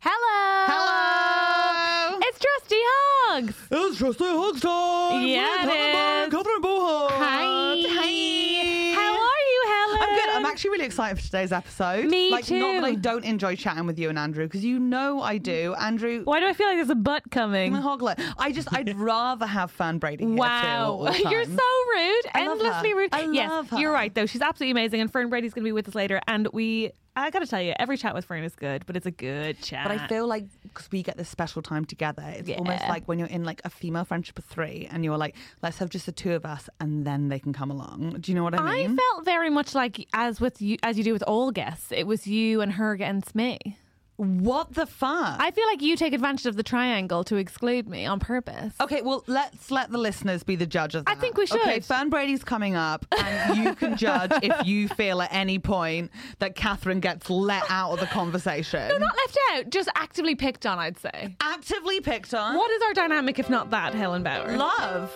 Hello. Hello. It's Trusty Hogs. It's Trusty Hugs time. Yeah, with it Helen Byrne, Catherine Bohan. Hi. Oh, Hi. How are you, Helen? I'm good. I'm actually really excited for today's episode. Me like, Not that I too. don't enjoy chatting with you and Andrew because you know I do. Andrew, Why do I feel like there's a butt coming? my hoglet. I just I'd rather have fan Brady here too. all Wow, the you're so time. rude, I love endlessly her. rude. I yes, love her. you're right though. She's absolutely amazing, and Fern Brady's going to be with us later. And we, I got to tell you, every chat with Fern is good, but it's a good chat. But I feel like because we get this special time together, it's almost Yeah. like when you're in like a female friendship of three, and you're like, let's have just the two of us, and then they can come along. Do you know what I I mean? felt very much like as with you, as you do with all guests, it was you and her against me. what the fuck? I feel like you take advantage of the triangle to exclude me on purpose. Okay, well, let's let the listeners be the judge of I that. think we should. Okay, Fern Brady's coming up, and you can judge if you feel at any point that Catherine gets let out of the conversation. Not left out, just actively picked on. I'd say. Actively picked on. What is our dynamic if not that, Helen Bauer? Love.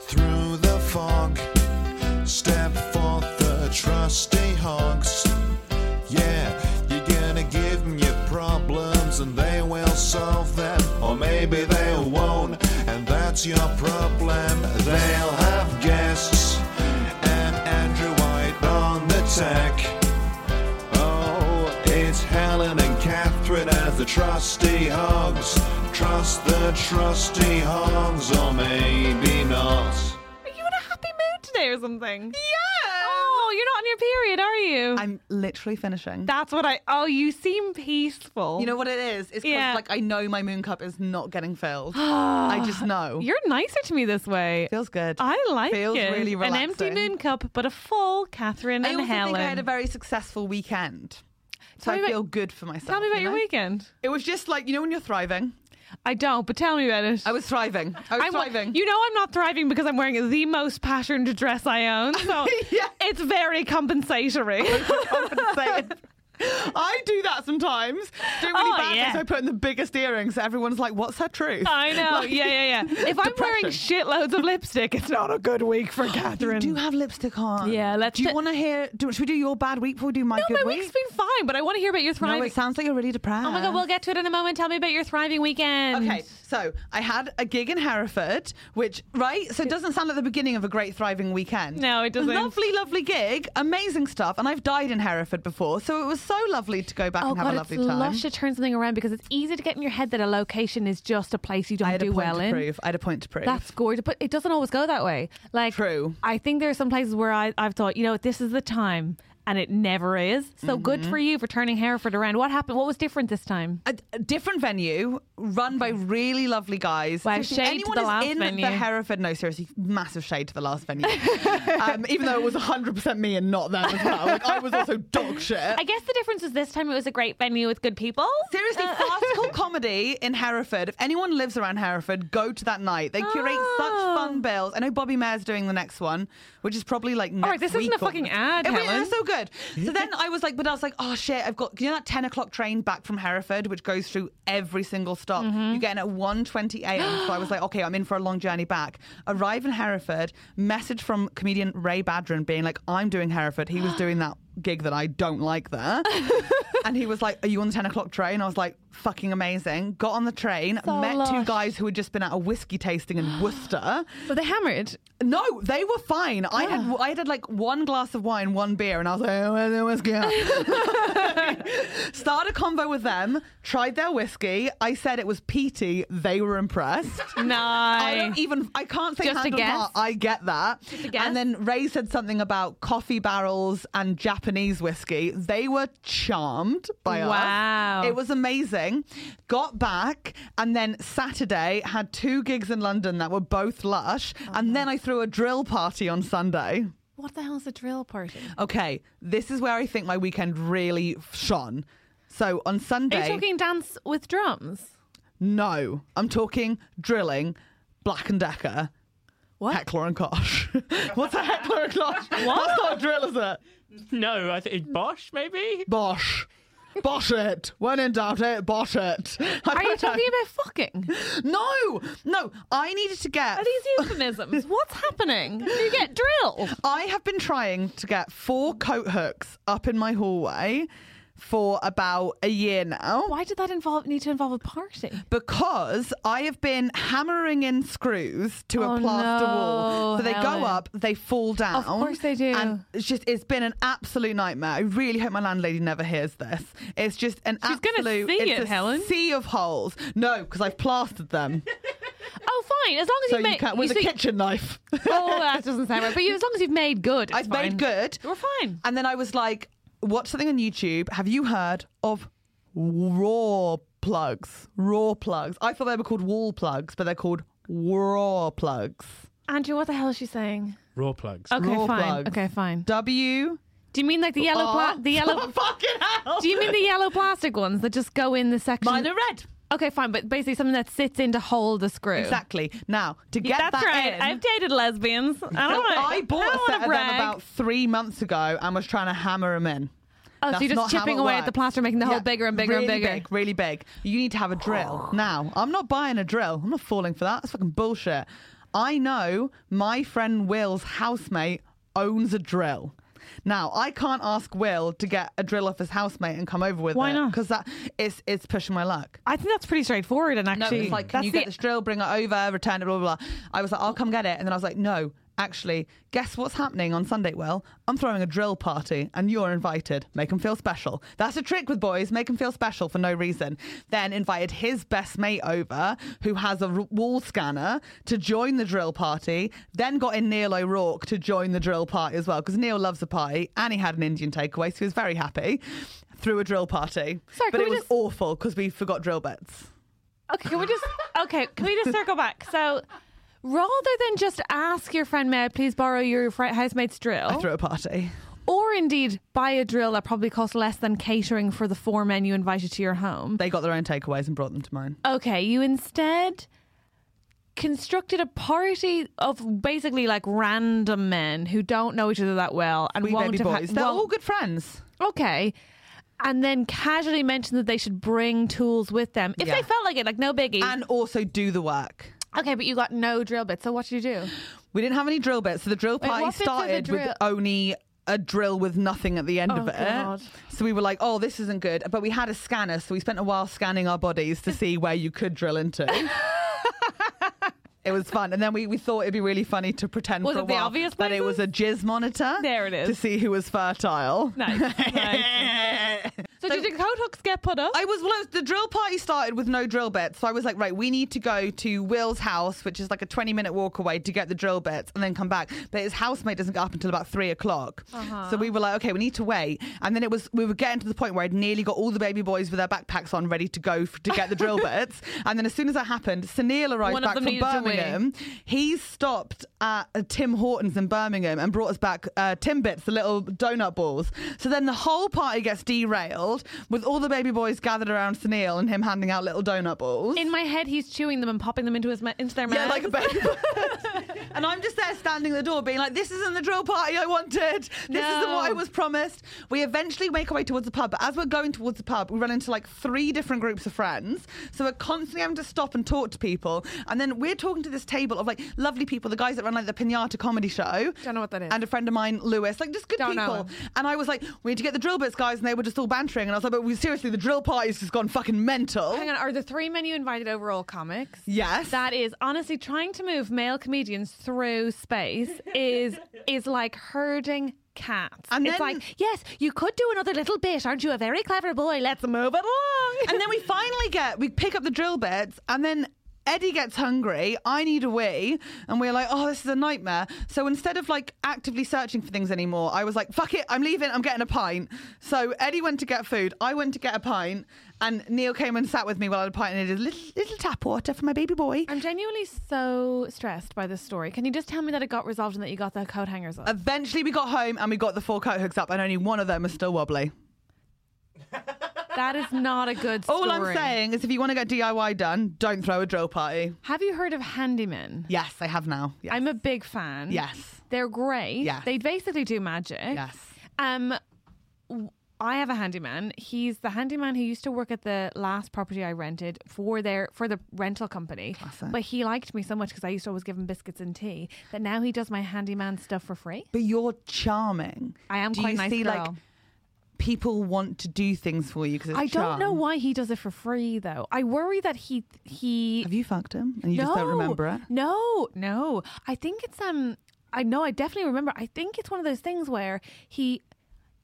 Through the fog, step forth the trusty hogs. Yeah, you're gonna give them your problems and they will solve them. Or maybe they won't, and that's your problem. They'll have guests and Andrew White on the tech. Oh, it's Helen and Catherine as the trusty hogs. Trust the trusty hogs, or maybe not. Are you in a happy mood today or something? Yeah. Oh, you're not on your period, are you? I'm literally finishing. That's what I. Oh, you seem peaceful. you know what it is? It's 'cause, Yeah. like I know my moon cup is not getting filled. I just know. you're nicer to me this way. Feels good. I like Feels it. really An relaxing. empty moon cup, but a full Catherine I and also Helen. think I had a very successful weekend. So Tell I me about- feel good for myself. Tell me about you your know? weekend. It was just like, you know, when you're thriving. I don't, but tell me about it. I was thriving. I was I'm wa- thriving. You know I'm not thriving because I'm wearing the most patterned dress I own. So Yeah. it's very compensatory. compensated. I do that sometimes. Do really Oh, bad yeah. Oh, things. I put in the biggest earrings. Everyone's like, "What's her truth?" I know. Like- yeah, yeah, yeah. If I'm wearing shitloads of lipstick, it's not a good week for You Catherine. do have lipstick on. Yeah, let's Do you do- want to hear? Do, should we do your bad week before we do my no, my good week? week's been fine, but I want to hear about your no, thriving. it sounds like you're really depressed. oh my god, we'll get to it in a moment. Tell me about your thriving weekend. Okay, so I had a gig in Hereford, which right, so it doesn't sound like the beginning of a great thriving weekend. No, it doesn't. Lovely, lovely gig, amazing stuff, and I've died in Hereford before, so it was so lovely to go back Oh and have god, a it's lovely time. lush to turn something around because it's easy to get in your head that a location is just a place you I don't had a do point well to in. prove. I had a point to prove. That's gorgeous, but it doesn't always go that way. Like, True. I think there are some places where I, I've thought, you know, this is the time, and it never is. So good for you for turning Hereford around. What happened? What was different this time? a, a different venue run by really lovely guys. Wow, Seriously, shade to anyone the is last in venue. the Hereford, no, seriously, massive shade to the last venue. um, even though it was 100% me and not them as well. Like, I was also dog shit. I guess the difference is this time it was a great venue with good people. Uh, Seriously, farcical comedy in Hereford. If anyone lives around Hereford, go to that night. They curate Oh. such fun bills. I know Bobby Mayer's doing the next one, which is probably like next right, this isn't week a or- fucking ad, It was- Helen. It's so good. So then I was like, but I was like, oh shit, I've got you know that ten o'clock train back from Hereford, which goes through every single stop. Mm-hmm. You get in at 1.20 a.m. so I was like, okay, I'm in for a long journey back. Arrive in Hereford. Message from comedian Ray Badron being like, I'm doing Hereford. He was doing that gig that I don't like there. and he was like, Are you on the 10 o'clock train? I was like, Fucking amazing. Got on the train, So met two lush. guys who had just been at a whiskey tasting in Worcester. But they hammered. No, they were fine. I had I had like one glass of wine, one beer, and I was like, oh, where's the whiskey? at?" Start a convo with them. Tried their whiskey. I said it was peaty. They were impressed. I Nice. don't even. I can't say Just a hand on guess? heart, I get that. a guess? And then Ray said something about coffee barrels and Japanese whiskey. They were charmed by us. Wow. It was amazing. Got back and then Saturday had two gigs in London that were both lush, Oh, and then I threw a drill party on Sunday. What the hell's a drill party? Okay, this is where I think my weekend really shone. So on Sunday, Are you talking dance with drums? no, I'm talking drilling, Black and Decker. What? Heckler and Kosh. What's a heckler and Kosh? That's not a drill, is it? No, I think Bosch maybe. Bosh. Bosh it. When in doubt, it. Bosh it. I Are you don't know. talking about fucking? No, no. I needed to get. Are these euphemisms? What's happening? You get drilled. I have been trying to get four coat hooks up in my hallway for about a year now. Why did that involve need to involve a party? because I have been hammering in screws to a Oh, plaster wall. no, So they Helen. go up, they fall down. Of course they do. And it's just it's been an absolute nightmare. I really hope my landlady never hears this. It's just an She's gonna absolute see it's it, a Helen. sea of holes. No, because I've plastered them. Oh, fine. As long as so you you, make can't with you a see- kitchen knife. Oh, that doesn't sound right. But you, as long as you've made good, it's I've fine. made good. We're fine. And then I was like, watch something on YouTube. Have you heard of raw plugs? Raw plugs. I thought they were called wall plugs, but they're called raw plugs. Andrew, what the hell is she saying? Raw plugs. Okay, Raw fine. plugs. Okay, fine. W. Do you mean like the yellow R- pla- the yellow? fucking hell. Do you mean the yellow plastic ones that just go in the section? Mine are red. Okay, fine. But basically, something that sits in to hold the screw. Exactly. Now to get That's that right. in, I've dated lesbians. I don't so wanna- I bought I a don't set wanna of them brag. about three months ago and was trying to hammer them in. Oh, so That's you're just not how chipping it away at works. the plaster, making the hole Yeah, bigger and bigger really and bigger. Oh. Big, really big. You need to have a drill. now, I'm not buying a drill. I'm not falling for that. That's fucking bullshit. I know my friend Will's housemate owns a drill. Now, I can't ask Will to get a drill off his housemate and come over with Why it. not? Because that it's it's pushing my luck. I think that's pretty straightforward. And No, actually, it's like, can you get this drill, bring it over, return it, blah, blah, blah. I was like, I'll come get it. And then I was like, no, actually, guess what's happening on Sunday, Will? I'm throwing a drill party and you're invited. Make them feel special. That's a trick with boys, make them feel special for no reason. Then invited his best mate over, who has a r- wall scanner, to join the drill party. Then got in Neil O'Rourke to join the drill party as well, because Neil loves a party and he had an Indian takeaway, so he was very happy. Through a drill party. Sorry, but can we it was just- awful because we forgot drill bits. Okay, can we just okay? Can we just circle back? So, rather than just ask your friend, "May I please borrow your fri- housemate's I drill?" threw a party. or indeed buy a drill that probably costs less than catering for the four men you invited to your home. They got their own takeaways and brought them to mine. Okay, you instead constructed a party of basically like random men who don't know each other that well and We won't baby have had- boys. They're won't- all good friends. Okay. And then casually mention that they should bring tools with them if Yeah. they felt like it, like no biggie. And also do the work. okay, but you got no drill bit. So what did you do? We didn't have any drill bits, so the drill Wait, party what bits of the started with drill- only a drill with nothing at the end Oh, of it. God. So we were like, oh, this isn't good. But we had a scanner, so we spent a while scanning our bodies to see where you could drill into. It was fun, and then we, we thought it'd be really funny to pretend Was for a it the while obvious that it was a jizz monitor. There it is. to see who was fertile. Nice. nice. So, did the coat hooks get put up? I was well, it was- the drill party started with no drill bits, so I was like, right, we need to go to Will's house, which is like a twenty minute walk away, to get the drill bits and then come back. But his housemate doesn't get up until about three o'clock, Uh-huh. so we were like, okay, we need to wait. And then it was we were getting to the point where I'd nearly got all the baby boys with their backpacks on, ready to go f- to get the drill bits. And then as soon as that happened, Sunil arrived One of back them from needed to wait. Birmingham. He stopped at uh, Tim Hortons in Birmingham and brought us back uh, Timbits, the little donut balls. So then the whole party gets derailed field with all the baby boys gathered around Sunil and him handing out little donut balls. In my head, he's chewing them and popping them into his ma- into their mouth. yeah, like a baby bird. and I'm just there standing at the door being like, this isn't the drill party I wanted. This isn't No. what I was promised. We eventually make our way towards the pub, but as we're going towards the pub, we run into like three different groups of friends. So we're constantly having to stop and talk to people. And then we're talking to this table of like lovely people, the guys that run like the Pinata comedy show. Don't know what that is. And a friend of mine, Lewis, like just good Don't know people. him. And I was like, we need to get the drill bits, guys. And they were just all bantering. And I was like, but we, seriously, the drill party's just gone fucking mental. Hang on, are the three men you invited overall comics? Yes. That is honestly trying to move male comedians through space is is like herding cats. And it's then- like, yes, you could do another little bit. Aren't you a very clever boy? Let's move it along. and then we finally get we pick up the drill bits and then Eddie gets hungry. I need a wee, and we're like, "Oh, this is a nightmare." So instead of like actively searching for things anymore, I was like, "Fuck it, I'm leaving. I'm getting a pint." So Eddie went to get food. I went to get a pint, and Neil came and sat with me while I had a pint and did a little, little tap water for my baby boy. I'm genuinely so stressed by this story. Can you just tell me that it got resolved and that you got the coat hangers up? Eventually, we got home and we got the four coat hooks up, and only one of them is still wobbly. that is not a good story. All I'm saying is, if you want to get DIY done, don't throw a drill party. Have you heard of handymen? Yes, I have now. Yes. I'm a big fan. Yes. They're great. Yes. They basically do magic. Yes. Um w- I have a handyman. He's the handyman who used to work at the last property I rented for their for the rental company. But he liked me so much because I used to always give him biscuits and tea that now he does my handyman stuff for free. But you're charming. I am Do quite you a nice see, girl. Like people want to do things for you because I don't know why. why he does it for free though. I worry that he he Have you fucked him and you just don't remember it? No, no. I think it's um. I know. I definitely remember. I think it's one of those things where he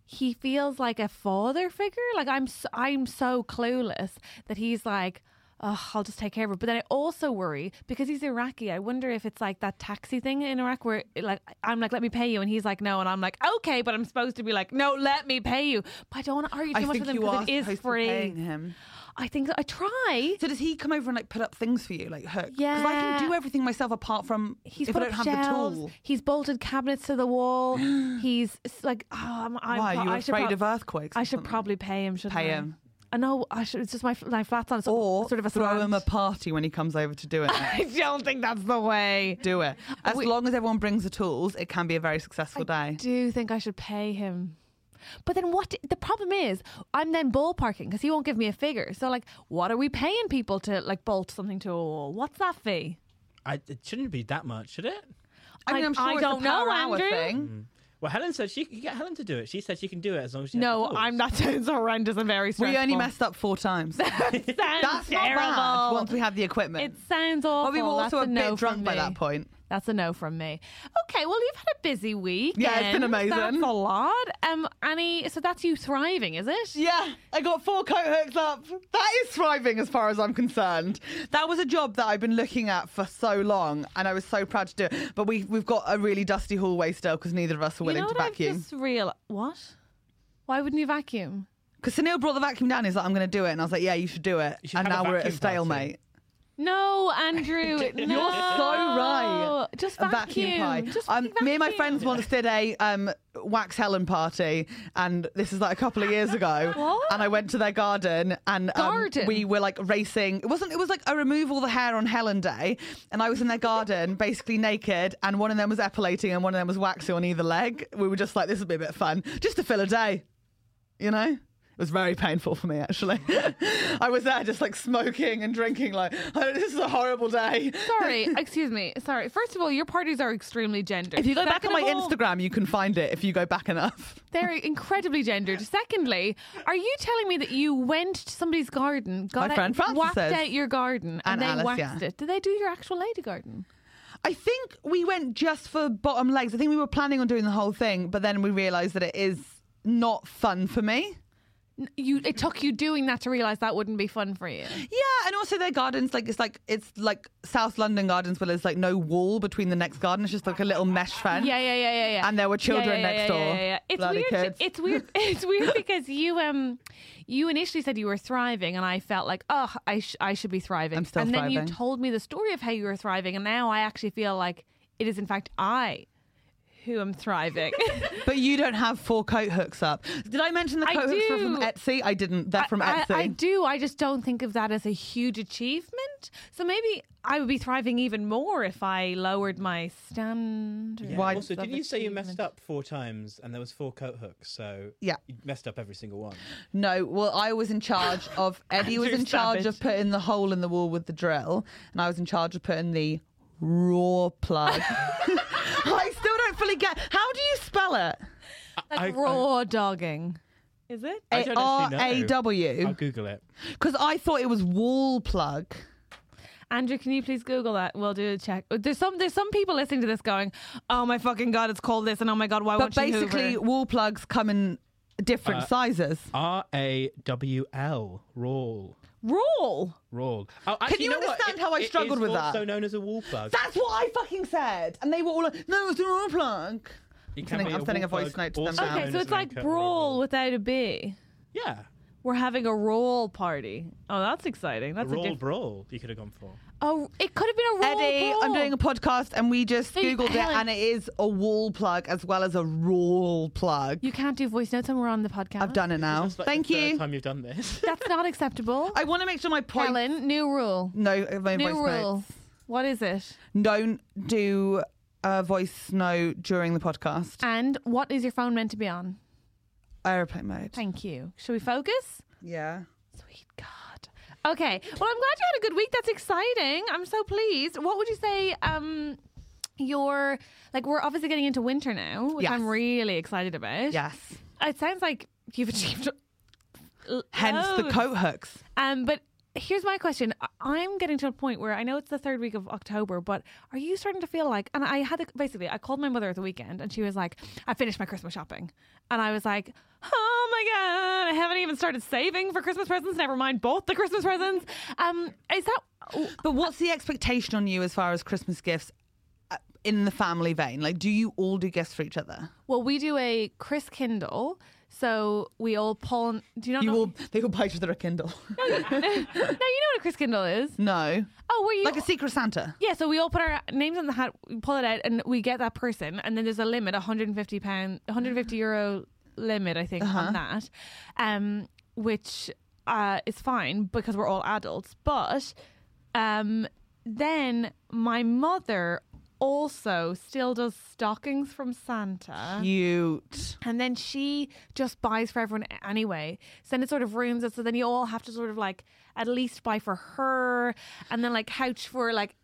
he feels like a father figure. Like I'm so, I'm so clueless that he's like. Oh, I'll just take care of it. But then I also worry because he's Iraqi. I wonder if it's like that taxi thing in Iraq where like I'm like, let me pay you, and he's like, no, and I'm like, okay, but I'm supposed to be like, no, let me pay you. But I don't want to argue too I much think with him you are because it is supposed free. to be paying him. I think I try. So does he come over and like put up things for you, like hook? because I Yeah. can do everything myself apart from He's if put I don't up have shelves. the tool. He's bolted cabinets to the wall. he's it's like, oh, I'm, I'm Why pro- are you I should afraid prob- of earthquakes? or I should something? probably pay him. Should Pay I? him. I know. I should. It's just my my flat's on. It's or sort of a throw slant. him a party when he comes over to do it. I don't think that's the way. do it. As We- long as everyone brings the tools, it can be a very successful I day. do think I should pay him. But then what? The problem is, I'm then ballparking because he won't give me a figure. So like, what are we paying people to like bolt something to a wall? What's that fee? I, it shouldn't be that much, should it? I mean, I- I'm sure I it's don't a per know, hour Andrew. Thing. Well, Helen said she could get Helen to do it. She said she can do it as long as she has No, the tools. I'm. That sounds horrendous and very stressful. We only messed up four times. It sounds That's not terrible. bad once we have the equipment. It sounds awful. But we were also That's a a no bit drunk from by me. that point. That's a no from me. Okay, well you've had a busy week. Yeah, it's been amazing. That's a lot. Um, Annie, so that's you thriving, is it? Yeah, I got four coat hooks up. That is thriving as far as I'm concerned. That was a job that I've been looking at for so long, and I was so proud to do it. But we, we've got a really dusty hallway still because neither of us are You willing know to what I've vacuum. just real what? Why wouldn't you vacuum? Because Sunil brought the vacuum down, he's like, I'm going to do it. And I was like, Yeah, you should do it. should And have a now we're at a vacuum party. stalemate. No, Andrew. You're no. so right. Just A vacuum. Just um, fucking Me and my vacuum. friends once did a um, wax Helen party, and this is like a couple of years ago. What? And I went to their garden, and um, Garden? we were like racing. It wasn't. It was like a remove all the hair on Helen day, and I was in their garden, basically naked, and one of them was epilating, and one of them was waxing on either leg. We were just like, this would be a bit fun, just to fill a day, you know. It was very painful for me, actually. I was there just like smoking and drinking, like, oh, this is a horrible day. Sorry, excuse me. Sorry. First of all, your parties are extremely gendered. If you go back on my Second of all- Instagram, you can find it if you go back enough. They're incredibly gendered. Secondly, are you telling me that you went to somebody's garden, got My out, friend Frances whacked says. out your garden, and, And they Alice, waxed yeah. it? Did they do your actual lady garden? I think we went just for bottom legs. I think we were planning on doing the whole thing, but then we realised that it is not fun for me. N- You, it took you doing that to realize that wouldn't be fun for you. Yeah, and also their gardens, like it's like it's like South London gardens, where there's like no wall between the next garden. It's just like a little mesh fence. Yeah, yeah, yeah, yeah, yeah. And there were children Yeah, yeah, next yeah, yeah, door. yeah, yeah. It's Bloody weird. kids. It's weird. It's weird because you um, you initially said you were thriving, and I felt like, oh, I sh- I should be thriving. I'm still and then thriving. you told me the story of how you were thriving, and now I actually feel like it is in fact I who am thriving. But you don't have four coat hooks up. Did I mention the I coat hooks were from do. Etsy? I didn't. They're from I, Etsy. I, I do. I just don't think of that as a huge achievement. So maybe I would be thriving even more if I lowered my standard. Why- also, didn't you say you messed up four times and there was four coat hooks? So Yeah. you messed up every single one. No, well, I was in charge of. Eddie was Andrew in charge Savage. of putting the hole in the wall with the drill, and I was in charge of putting the raw plug. I still don't fully get. How do you spell it? Like I- I- raw dogging. Is it? I don't R A actually know. I'll W. Google it. Because I thought it was wall plug. Andrew, can you please Google that? We'll do a check. There's some there's some people listening to this going, Oh my fucking god, it's called this and oh my god, why But won't she basically, Hoover?" wall plugs come in different sizes. R A W L. Rawl. Rawl. Rawl. Oh, actually, you know what? understand It- how I it is struggled with that? Also known as a wall plug. That's what I fucking said, and they were all like, "No, it's a raw plug." It I'm can be sending- I'm sending a wall voice plug, note to them also now. known Okay, so as it's an like uncut brawl rawl. without a B. Yeah. We're having a roll party. Oh, that's exciting. That's a Rawl diff- brawl. You could have gone for. Oh, it could have been a roll. Eddie, I'm doing a podcast and we just Hey, googled it Helen. and it is a wall plug as well as a raw plug. You can't do voice notes when we're on the podcast. I've done it now. That's like Oh, Thank the third you. Time you've done this. That's not acceptable. I want to make sure my point. Helen, new rule. No, my New voice rule. notes. What is it? Don't do a voice note during the podcast. And what is your phone meant to be on? Airplane mode. Thank you. Shall we focus? yeah. Sweet God. Okay. Well, I'm glad you had a good week. That's exciting. I'm so pleased. What would you say? Um, your like we're obviously getting into winter now, which Yes. I'm really excited about. Yes. It sounds like you've achieved. l- Hence the loads. coat hooks. Um, but here's my question. I- I'm getting to a point where I know it's the third week of October, but are you starting to feel like, and I had a, basically, I called my mother at the weekend and she was like, I finished my Christmas shopping. And I was like, oh my God, I haven't even started saving for Christmas presents, never mind both the Christmas presents. Um, is that, But what's the expectation on you as far as Christmas gifts uh, in the family vein? Like, do you all do gifts for each other? well, we do a Chris Kindle. So we all pull, do you not You know? all, they all buy each other a Kindle. no, you know what a Chris Kindle is. no. Oh, were you Like a Secret Santa. Yeah, so we all put our names on the hat, we pull it out, and we get that person, and then there's a limit, 150 pound, 150 euro limit, I think, on that, um, which uh, is fine because we're all adults. But um, then my mother also still does stockings from Santa. Cute. And then she just buys for everyone anyway. So then it sort of rooms it. So then you all have to sort of like at least buy for her and then like couch for like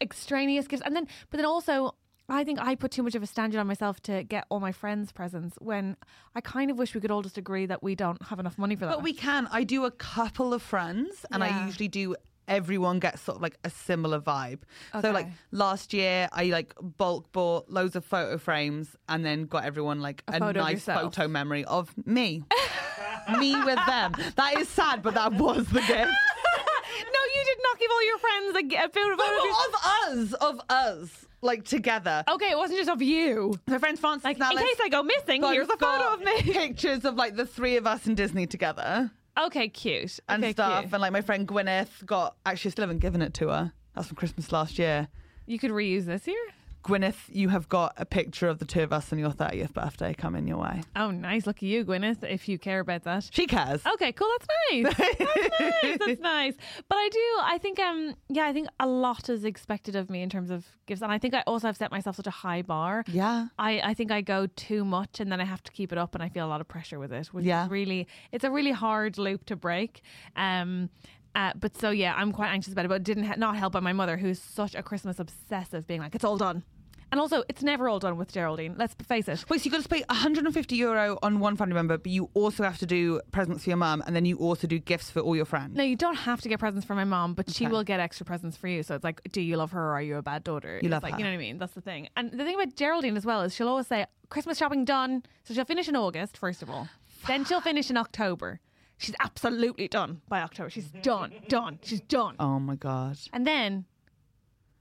extraneous gifts. And then, but then also, I think I put too much of a standard on myself to get all my friends' presents when I kind of wish we could all just agree that we don't have enough money for that. But we can. I do a couple of friends, and I Yeah. usually do. Everyone gets sort of like a similar vibe. So like Okay. last year, I like bulk bought loads of photo frames, and then got everyone like a, photo of nice yourself. photo memory of me, me with them. That is sad, but that was the gift. no, you did not give all your friends a, g- a photo But of you- of us, of us, like together. Okay, it wasn't just of you. My friend Frances Like, Nallis in case I go missing, got- here's a photo got of me. Pictures of like the three of us in Disney together. Okay, cute. and Okay, stuff. cute. And like my friend Gwyneth got actually I still haven't given it to her. That's from Christmas last year. You could reuse this here. Gwyneth, you have got a picture of the two of us on your thirtieth birthday coming your way. Oh, nice. Look at you, Gwyneth, if you care about that. She cares. Okay, cool. That's nice. That's nice. That's nice. But I do. I think. Um. Yeah. I think a lot is expected of me in terms of gifts, and I think I also have set myself such a high bar. Yeah. I, I think I go too much and then I have to keep it up and I feel a lot of pressure with it, which Yeah. is really it's a really hard loop to break. Um, uh, but so yeah, I'm quite anxious about it, but it didn't ha- not help by my mother, who's such a Christmas obsessive, being like it's all done, and also it's never all done with Geraldine. Let's face it. Wait, so you got to pay 150 euro on one family member, but you also have to do presents for your mum, and then you also do gifts for all your friends. No, you don't have to get presents for my mom, but she will get extra presents for you. So it's like, do you love her or are you a bad daughter? It's love like, her. You know what I mean? That's the thing. And the thing about Geraldine as well is she'll always say, Christmas shopping done. So she'll finish in August, first of all. Then she'll finish in October. She's absolutely done by October. She's done, done, she's done. Oh my god. And then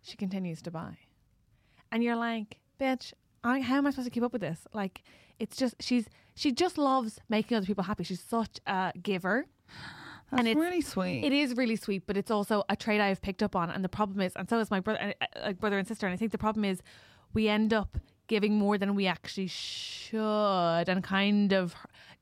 she continues to buy. And you're like, bitch, I, how am I supposed to keep up with this? Like, it's just, she's, she just loves making other people happy. She's such a giver. That's it's- really sweet. It is really sweet, but it's also a trait I have picked up on, and the problem is, and so is my brother, and, uh, like brother and sister. And I think the problem is, we end up giving more than we actually should and kind of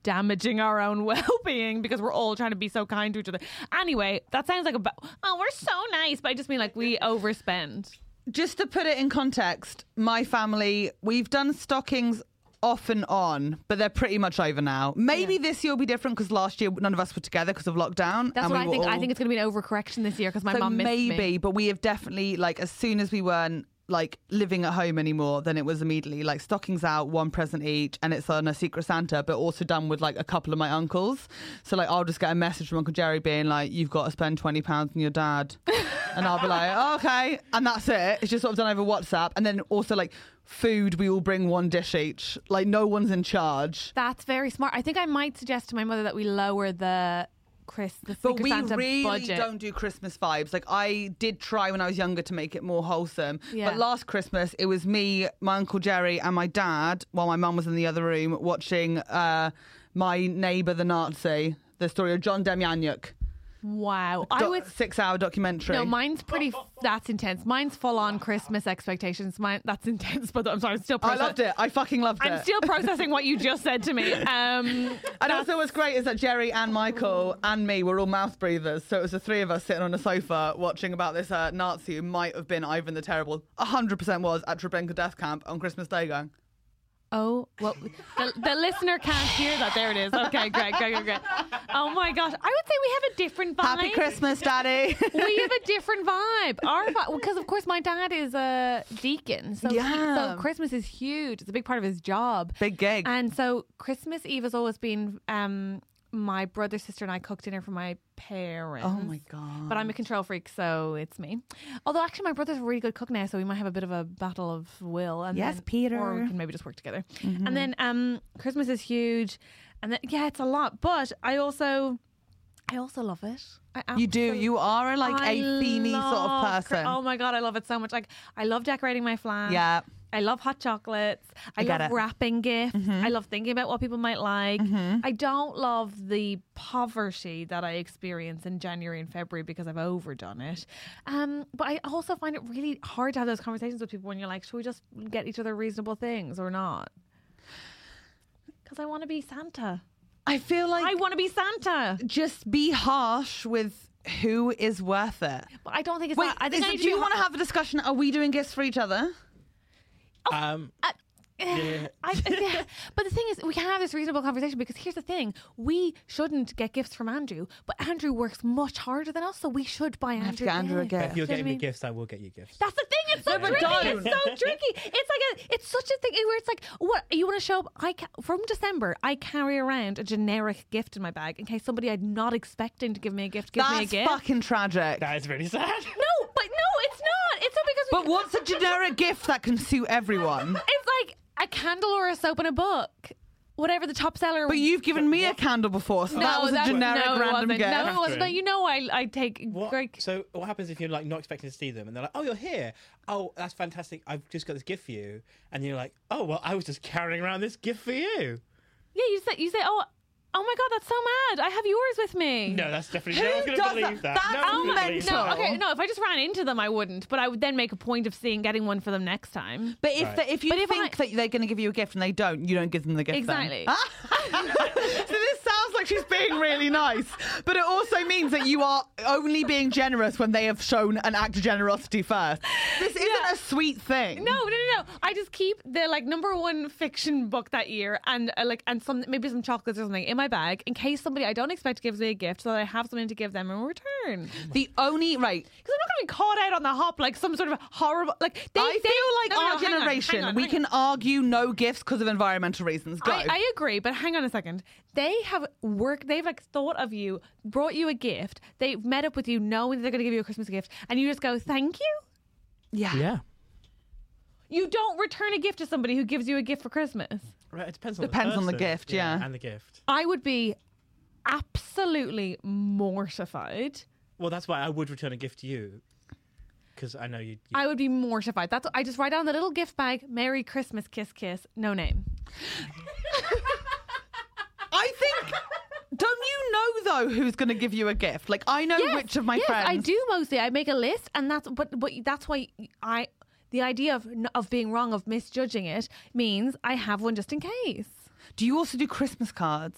damaging our own well-being because we're all trying to be so kind to each other. Anyway, that sounds like a ba- oh, we're so nice, but I just mean like we overspend. Just to put it in context, my family, we've done stockings off and on, but they're pretty much over now. Maybe this year will be different because last year none of us were together because of lockdown. That's and what we I were think. I all- think it's going to be an overcorrection this year because my so mum missed me. maybe, but we have definitely like as soon as we weren't like living at home anymore, then it was immediately like stockings out, one present each, and it's on a Secret Santa, but also done with like a couple of my uncles. So like I'll just get a message from Uncle Jerry being like, "You've got to spend twenty pounds on your dad," and I'll be like, "Oh, "Okay," and that's it. It's just sort of done over WhatsApp, and then also like food, we all bring one dish each. Like no one's in charge. That's very smart. I think I might suggest to my mother that we lower the Chris the But Secret we Santa really budget. don't do Christmas vibes. Like I did try when I was younger to make it more wholesome. Yeah. But last Christmas it was me, my uncle Jerry, and my dad, while my mum was in the other room watching uh, my neighbour the Nazi, the story of John Demjanjuk. Wow, I Do- would. six hour documentary. No, mine's pretty. That's intense. Mine's full on Christmas expectations. Mine that's intense, but I'm sorry, I'm still. I process- loved it. I fucking loved I'm it. still processing what you just said to me. Um, and also, what's great is that Jerry and Michael and me were all mouth breathers. So it was the three of us sitting on a sofa watching about this uh, Nazi who might have been Ivan the Terrible. 100% was at Treblinka death camp on Christmas Day going. Oh, well, the, the listener can't hear that. There it is. Okay, great, great, great, great. Oh my gosh, I would say we have a different vibe. Happy Christmas, Daddy. We have a different vibe. Our vibe, because of course my dad is a deacon, so he- Yeah. so Christmas is huge. It's a big part of his job. Big gig. And so Christmas Eve has always been um, my brother, sister, and I cook dinner for my parents. oh my god. But I'm a control freak, so it's me. Although actually, my brother's a really good cook now, so we might have a bit of a battle of will. And Yes, then- Peter. Mm-hmm. Or we can maybe just work together. And then um, Christmas is huge, and then yeah, it's a lot. But I also, I also love it. I You do. absolutely- You are like I a feeny sort of love cri- person. Oh my god, I love it so much. Like I love decorating my flat. Yeah. I love hot chocolates. I, I get love it. Mm-hmm. wrapping gifts. I love thinking about what people might like. I don't love the poverty that I experience in January and February because I've overdone it. Um, but I also find it really hard to have those conversations with people when you're like, should we just get each other reasonable things or not? Because I want to be Santa. I feel like I want to be Santa. just be harsh with who is worth it. But I don't think it's Wait, that. I think is- I need do you be want to hard- have a discussion? Are we doing gifts for each other? Oh. Um, I, yeah. But the thing is, we can have this reasonable conversation because here's the thing: we shouldn't get gifts from Andrew, but Andrew works much harder than us, so we should buy have Andrew. to get Andrew a gifts. gift. if you're Do you know what I getting me mean? gifts, I will get you gifts. That's the thing. It's so No, but tricky. don't. It's so tricky. It's like a. It's such a thing where it's like, what you want to show up? I ca- from December, I carry around a generic gift in my bag in case somebody I'm not expecting to give me a gift give me a That's gift. fucking tragic. that is really sad. no, but no, it's not. It's not because. we- But what's a generic gift that can suit everyone? It's like a candle or a soap and a book, whatever the top seller. But you've given me a candle before, so that was a that's- generic Mm. no, it random wasn't. gift. No, it wasn't. But Catherine. you know, I I take What? great. So what happens if you're like not expecting to see them and they're like, "Oh, you're here. Oh, that's fantastic. I've just got this gift for you," and you're like, "Oh, well, I was just carrying around this gift for you." Yeah, you say you say, oh, oh my god, that's so mad. I have yours with me. Oh No, that's definitely no Who one's does gonna believe that? that. That's no, one's gonna believe mental. No, that. okay, no. If I just ran into them, I wouldn't. But I would then make a point of seeing getting one for them next time. But if Right. the, if you But if think that they're going to give you a gift and they don't, you don't give them the gift. Exactly. Then. Ah. so this sounds like she's being really nice, but it also means that you are only being generous when they have shown an act of generosity first. This isn't a sweet thing. No, no, no, no. I just keep the like number one fiction book that year, and uh, like and some maybe some chocolates or something in my bag in case somebody I don't expect gives me a gift, so that I have something to give them in return. The only right. Because I'm not going to be caught out on the hop like some sort of horrible like. They, I they- feel No, no, like no, hang our on, generation, hang on, we hang on. can argue no gifts because of environmental reasons. Go. I, I agree, but hang on a second. They have worked. They've like thought of you, brought you a gift. They've met up with you, knowing they're going to give you a Christmas gift, and you just go, "Thank you." yeah. Yeah. You don't return a gift to somebody who gives you a gift for Christmas. Right, it depends on Depends the on the person. gift, yeah. and the gift. I would be absolutely mortified. Well, that's why I would return a gift to you because I know you. you I would be mortified. That's I just write down the little gift bag. Merry Christmas, kiss, kiss, no name. I think. Don't you know though who's going to give you a gift? Like I know Yes, which of my yes, friends. I do mostly. I make a list, and that's but but that's why I the idea of n- of being wrong, of misjudging it, means I have one just in case. Do you also do Christmas cards?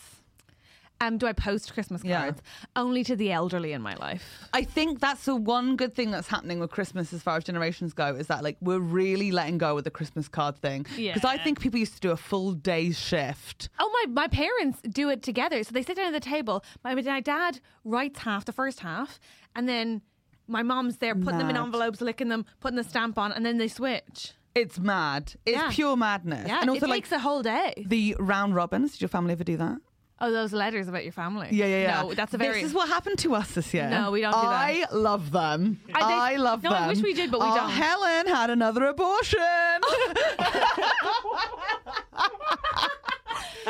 Um, do I post Christmas Yeah. cards only to the elderly in my life? I think that's the one good thing that's happening with Christmas as far as generations go is that like we're really letting go of the Christmas card thing. Because I Yeah. think people used to do a full day shift. Oh my! My parents do it together. So they sit down at the table. My, my dad writes half the first half, and then my mom's there putting them in Mad. envelopes, licking them, putting the stamp on, and then they switch. It's mad. It's Yeah. pure madness. Yeah, and it also like takes a whole day. the round robins. Did your family ever do that? Oh, those letters about your family. Yeah, yeah, yeah. No, that's a very. This is what happened to us this year. No, we don't do that. I love them. I- I, they- love no, them. I wish we did, but we Oh, don't. Helen had another abortion.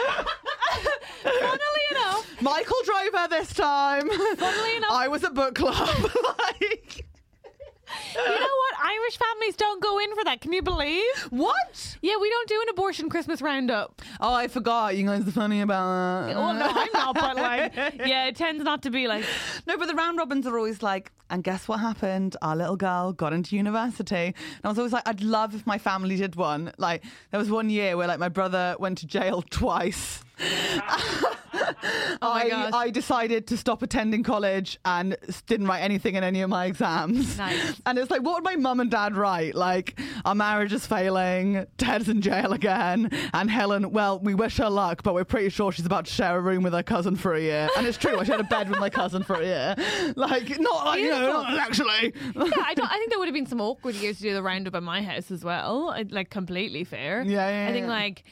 funnily enough, Michael drove her this time. funnily enough, I was at book club. like you know what? Irish families don't go in for that. Can you believe? what? Yeah, we don't do an abortion Christmas roundup. Oh, I forgot. You guys are funny about that. Oh no, I'm not. But like, yeah, it tends not to be like. No, but the round robins are always like, and guess what happened? Our little girl got into university. And I was always like, I'd love if my family did one. Like, there was one year where like my brother went to jail twice. I, gosh. I decided to stop attending college and s- didn't write anything in any of my exams. Nice. And it's like, what would my mum and dad write? Like, our marriage is failing, Ted's in jail again, and Helen, well, we wish her luck, but we're pretty sure she's about to share a room with her cousin for a year. And it's true, I shared a bed with my cousin for a year. Like, not like, you know, Beautiful. actually. Yeah, I don't. I think there would have been some awkward years to do the roundup at my house as well. I- Like completely fair. Yeah, yeah, I think yeah. like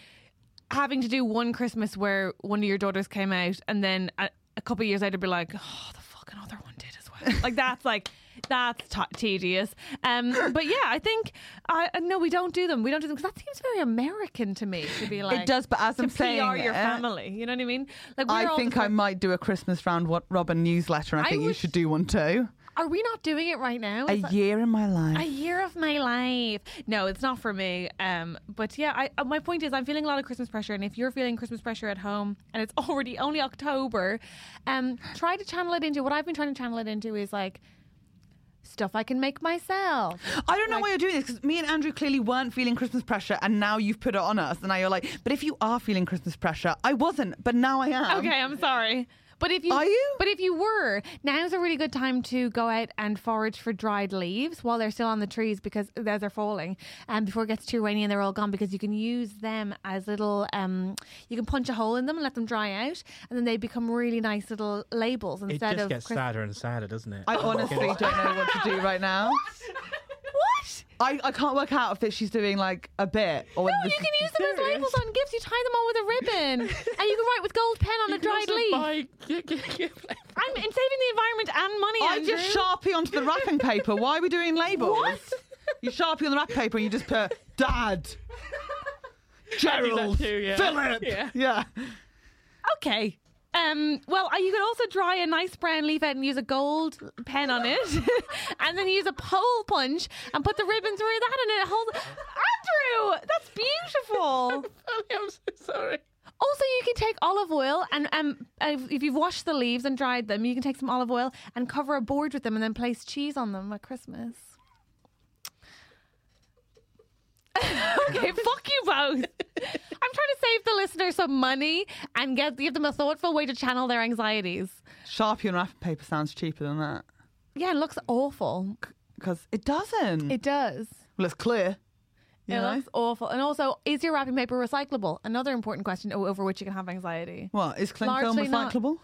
having to do one Christmas where one of your daughters came out, and then a, a couple of years later be like, oh, the fucking other one did as well. like that's like that's t- tedious. Um, but yeah, I think I uh, no, we don't do them. We don't do them because that seems very American to me to be like does, but as to I'm PR saying your it- family. You know what I mean? Like we're I all think just I like, might do a Christmas round what Robin newsletter. and I, I think you would- should do one too. Are we not doing it right now? A Is that- year in my life. A year of my life. No, it's not for me. Um, but yeah, I, uh, my point is, I'm feeling a lot of Christmas pressure, and if you're feeling Christmas pressure at home, and it's already only October, um, try to channel it into what I've been trying to channel it into is like stuff I can make myself. I don't know why you're doing this because me and Andrew clearly weren't feeling Christmas pressure, and now you've put it on us. And now you're like, but if you are feeling Christmas pressure, I wasn't, but now I am. Okay, I'm sorry. But if you, Are you? But if you were, now's a really good time to go out and forage for dried leaves while they're still on the trees because as they're falling, and before it gets too rainy and they're all gone, because you can use them as little. Um, you can punch a hole in them and let them dry out, and then they become really nice little labels It instead just of. gets Christ- sadder and sadder, doesn't it? Oh I honestly don't know what to do right now. What? I, I can't work out if that she's doing like a bit No, or whether you this can is- use them as labels on gifts. You tie them on with a ribbon, and you can write with gold pen on a dried leaf. I'm saving the environment and money. I Andrew. just sharpie onto the wrapping paper. Why are we doing labels? What? You sharpie on the wrapping paper and you just put Dad, Gerald, too, yeah. Philip. Yeah. yeah. Okay. Um, well, uh, you could also dry a nice brown leaf out and use a gold pen on it, and then use a pole punch and put the ribbon through that, and it holds. Andrew, that's beautiful. I'm so sorry. Also, you can take olive oil and um, uh, if you've washed the leaves and dried them, you can take some olive oil and cover a board with them, and then place cheese on them at Christmas. okay, fuck you both. I'm trying to save the listener some money and get give them a thoughtful way to channel their anxieties. Sharpie on wrapping paper sounds cheaper than that Yeah, it looks awful. because it doesn't. It does. well, it's clear. You It know? looks awful. And also, is your wrapping paper recyclable? Another important question o- over which you can have anxiety. What is cling film Largely not. recyclable?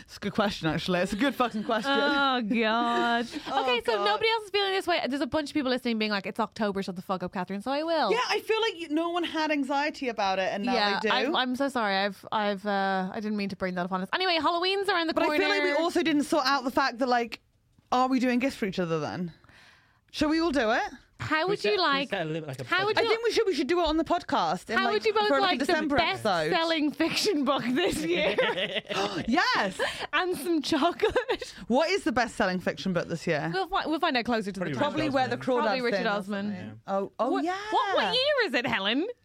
it's a good question, actually. It's a good fucking question. Oh god. okay, so Oh, God. nobody else is feeling this way. There's a bunch of people listening being like, "It's October, shut the fuck up, Catherine." So I will. yeah, I feel like you, no one had anxiety about it, and now yeah. they do. I'm, I'm so sorry. I've, I've, uh, I didn't mean to bring that upon us. Anyway, Halloween's around the but I corner. feel like we also didn't sort out the fact that, like, are we doing gifts for each other then? Shall we all do it? How would you like? how would I you- think we should. We should do it on the podcast. in, How like, would you both for, like a December the episode? best-selling fiction book this year Yes. and some chocolate? What is the best-selling fiction book this year? We'll, fi- we'll find out closer to the Probably time. Richard Probably where the Osman. crawdads. Probably Richard thing or Osman. something. Oh, oh What, yeah. what what year is it, Helen?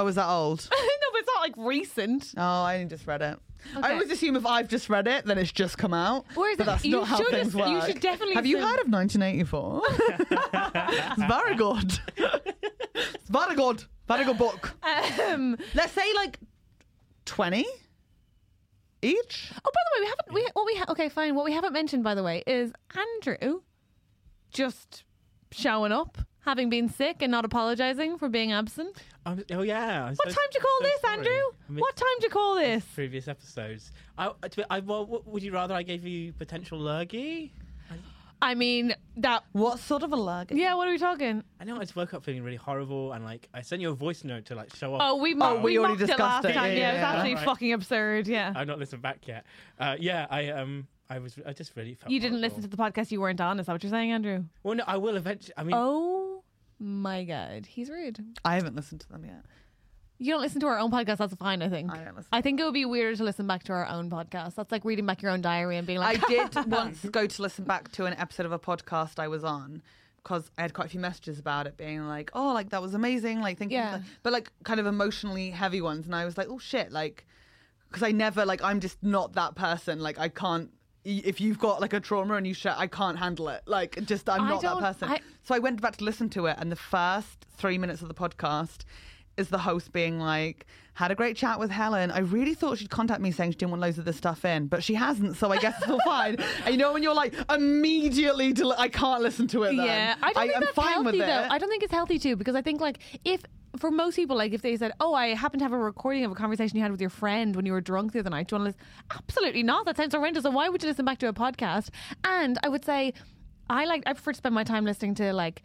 Oh, is that old? no, but it's not like recent. Oh, I only just read it. I Okay. always assume if I've just read it, then it's just come out. Or is but it- that's you not how should things as- work. you should definitely Have you assume- heard of 1984? it's Varigord. it's Varigord. Varigord book. Um, Let's say like 20 each. Oh, by the way, we haven't. We what we ha- okay, fine. What we haven't mentioned, by the way, is Andrew just showing up, having been sick, and not apologising for being absent. I'm, oh yeah. I'm What so- time do you call so this, sorry. Andrew? I mean, What time do you call this? Previous episodes. I, I- to be- I- well, what- would you rather I gave you potential lurgy? I mean that. What sort of a lug? Yeah, what are we talking? I know I just woke up feeling really horrible, and like I sent you a voice note to like show off. Oh, we mo- we we, already mocked it discussed last it. time. Yeah, Yeah, yeah, it was yeah. absolutely Right. fucking absurd. Yeah, I've not listened back yet. Uh, yeah, I um, I was, I just really felt. you didn't listen to the podcast. You weren't on. Is that what you're saying, Andrew? Well, no, I will eventually. I mean, Oh my god, he's rude. I haven't listened to them yet. You don't listen to our own podcast. That's fine. I think. I don't listen. I think it would be weirder to listen back to our own podcast. That's like reading back your own diary and being I like, did once go to listen back to an episode of a podcast I was on because I had quite a few messages about it being like, oh, like that was amazing, like thinking, Yeah. but like kind of emotionally heavy ones, and I was like, oh shit, like because I never like I'm just not that person. Like I can't. y- If you've got like a trauma and you share, I can't handle it. Like just I'm I not that don't- person. I- So I went back to listen to it, and the first three minutes of the podcast is the host being like, "Had a great chat with Helen. I really thought she'd contact me saying she didn't want loads of this stuff in, but she hasn't. So I guess it's all fine." And you know when you're like immediately, del- I can't listen to it. Then. Yeah, I don't think am that's fine healthy with though. it. I don't think it's healthy too because I think like if for most people like if they said, "Oh, I happen to have a recording of a conversation you had with your friend when you were drunk the other night," do you want to listen? Absolutely not. That sounds horrendous. And why would you listen back to a podcast? And I would say, I like I prefer to spend my time listening to like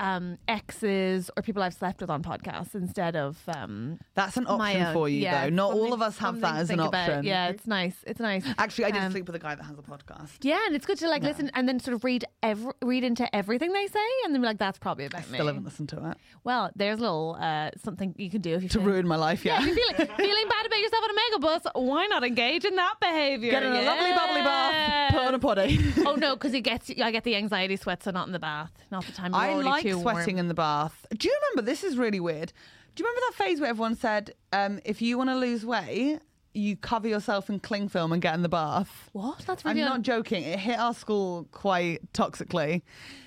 um exes or people I've slept with on podcasts instead of um That's an my option own. for you Yeah, though. Not something- all of us have something that to as an think about. option. Yeah, it's nice. It's nice. Actually, I did Um, sleep with a guy that has a podcast. Yeah, and it's good to like listen and then sort of read every, read into everything they say, and then be like, "That's probably about me." Still haven't listened to it. Well, there's a little uh, something you can do if you To ruin my life, yeah. If you're feeling, feeling bad about yourself on a megabus, why not engage in that behaviour? Get in a lovely bubbly bath, put on a Yes. potty. oh no, because it gets I get the anxiety sweats, so not in the bath, not the time. You're I already like too sweating warm. in the bath. Do you remember? This is really weird. Do you remember that phase where everyone said, um, if you want to lose weight, you cover yourself in cling film and get in the bath? What? That's I'm really not joking. It hit our school quite toxically,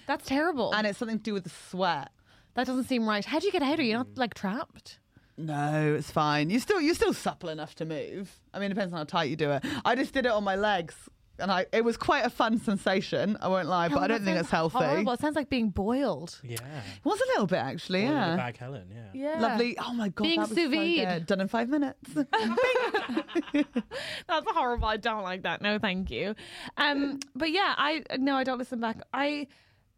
that's terrible. and it's something to do with the sweat. that doesn't seem right. How do you get out? Are you not Mm. like trapped? No, it's fine. You still you're still supple enough to move. I mean, it depends on how tight you do it. I just did it on my legs, and I it was quite a fun sensation. I won't lie, but I Helen, don't that think sounds it's healthy. Horrible. It sounds like being boiled. yeah. It was a little bit actually. All in Yeah. The bag Helen. Yeah. Yeah, Lovely. Oh my god, Being that was so sous vide. good. Done in five minutes. That's horrible. I don't like that. No, thank you. Um, but yeah, I no, I don't listen back. I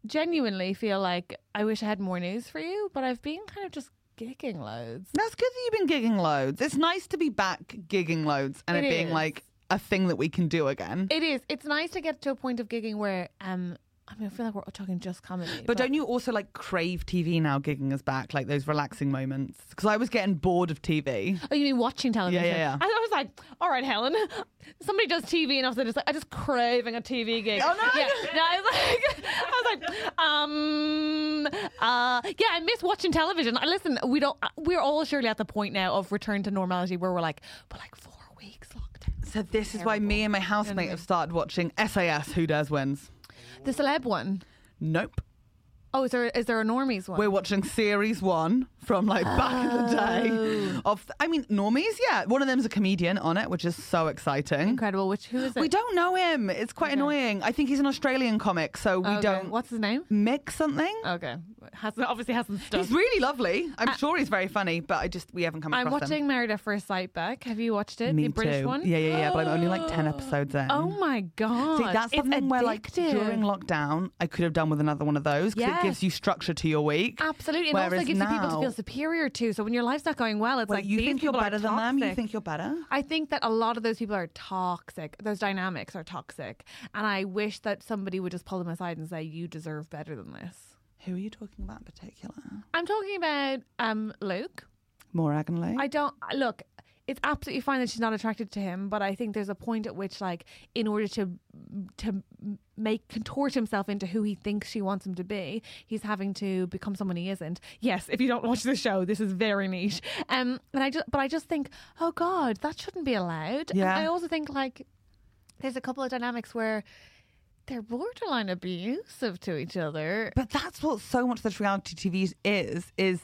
genuinely feel like I wish I had more news for you, but I've been kind of just gigging loads. That's good that you've been gigging loads. It's nice to be back gigging loads and it, It being is. like a thing that we can do again. It is. It's nice to get to a point of gigging where um, I mean, I feel like we're talking just comedy, but don't you also like crave TV now? Gigging us back, like those relaxing moments. Because I was getting bored of TV. Oh, you mean watching television? Yeah, yeah, yeah. I was like, all right, Helen. Somebody does TV, and I was just like, I just craving a TV gig. Oh, no. Yeah. No, I was like, I was like, um, uh, yeah, I miss watching television. I listen. We don't. uh, We're all surely at the point now of return to normality where we're like, but like four weeks lockdown. So this is why me and my housemate have started watching SAS Who Dares Wins. The celeb one. Nope. Oh, is there is there a normies one? We're watching series one from like back in the Oh. day of I mean normies, yeah. One of them's a comedian on it, which is so exciting. Incredible. Which who is it? We don't know him. It's quite annoying. I think he's an Australian comic, so we Okay. Oh. don't What's his name? mix something. Okay, hasn't obviously hasn't stuck. He's really lovely. I'm sure he's very funny, but I just we haven't come Uh, I'm across watching him. Married at First Sight back. Have you watched it? Me the British too. one? Yeah, yeah, yeah. But I'm only like ten episodes in. Oh my god! See, that's it's something addictive. where like during lockdown, I could have done with another one of those because Yeah. it gives you structure to your week. Absolutely, and Whereas also gives you people now- to feel superior to. So when your life's not going well, it's Wait, like you these think you're people are better than them. You toxic. think you're better. I think that a lot of those people are toxic. Those dynamics are toxic, and I wish that somebody would just pull them aside and say, "You deserve better than this." Who are you talking about in particular? I'm talking about um Luke. More agony. I don't look. it's absolutely fine that she's not attracted to him, but I think there's a point at which, like, in order to to make contort himself into who he thinks she wants him to be, he's having to become someone he isn't. Yes, if you don't watch the show, this is very niche. Um, and I just, but I just think, oh God, that shouldn't be allowed. And Yeah. I also think like there's a couple of dynamics where they're borderline abusive to each other. But that's what so much of this reality TV is is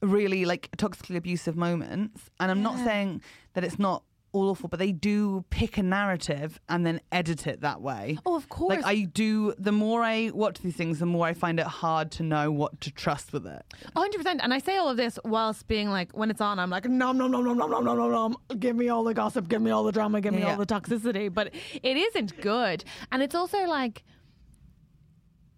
really like toxically abusive moments. And I'm not saying that it's not all awful, but they do pick a narrative and then edit it that way. Oh, of course. Like I do. The more I watch these things, the more I find it hard to know what to trust with it. 100%. And I say all of this whilst being like, when it's on, I'm like, nom, nom, nom, nom, nom, nom, nom, nom, nom. Give me all the gossip, give me all the drama, give me Yeah, all yeah. the toxicity. But it isn't good. And it's also like,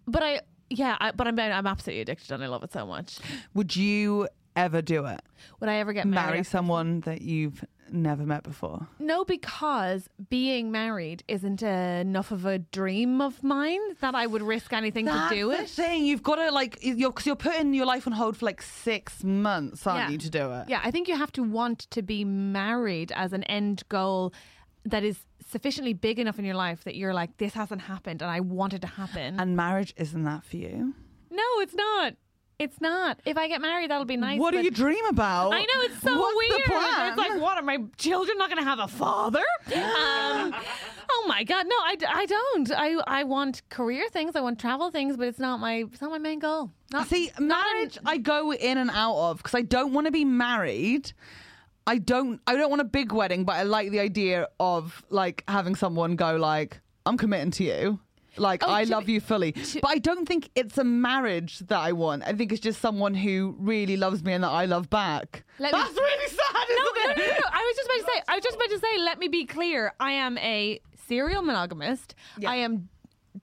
but I, yeah, I, but I'm, I'm absolutely addicted and I love it so much. Would you ever do it? Would I ever get Marry married? someone that you've never met before? No, because being married isn't enough of a dream of mine that I would risk anything That's to do the it. thing. You've got to like you're because you're putting your life on hold for like six months, aren't Yeah. you, to do it? Yeah, I think you have to want to be married as an end goal that is sufficiently big enough in your life that you're like, this hasn't happened and I want it to happen. And marriage isn't that for you? no, it's not. It's not. If I get married, that'll be nice. what do but- you dream about? I know it's so What's weird. The plan? It's like, what are my children not going to have a father? Um, oh my god, no, I, d- I don't. I I want career things, I want travel things, but it's not my it's not my main goal. Not, See, not in- marriage I go in and out of because I don't want to be married. I don't I don't want a big wedding, but I like the idea of like having someone go like, I'm committing to you. Like Oh, I to love be- you fully. to- but I don't think it's a marriage that I want. I think it's just someone who really loves me and that I love back. Let me- That's really sad, No, isn't no, no, it? no, no. I was just about to say. I was just about to say. Let me be clear. I am a serial monogamist. I am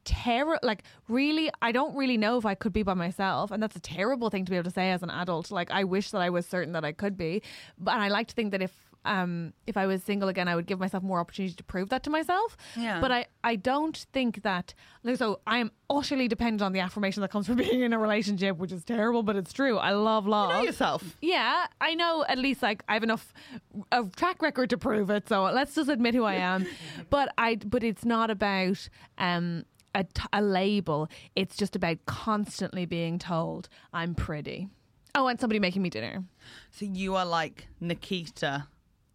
terror. Like really, I don't really know if I could be by myself, and that's a terrible thing to be able to say as an adult. Like I wish that I was certain that I could be, but and I like to think that if um if I was single again, I would give myself more opportunity to prove that to myself. Yeah. But I I don't think that. like, So I am utterly dependent on the affirmation that comes from being in a relationship, which is terrible, but it's true. I love love. Know yourself. Yeah, I know at least like I have enough of track record to prove it. So let's just admit who I am. but I but it's not about um a, t- a label. It's just about constantly being told I'm pretty. Oh, and somebody making me dinner. So you are like Nikita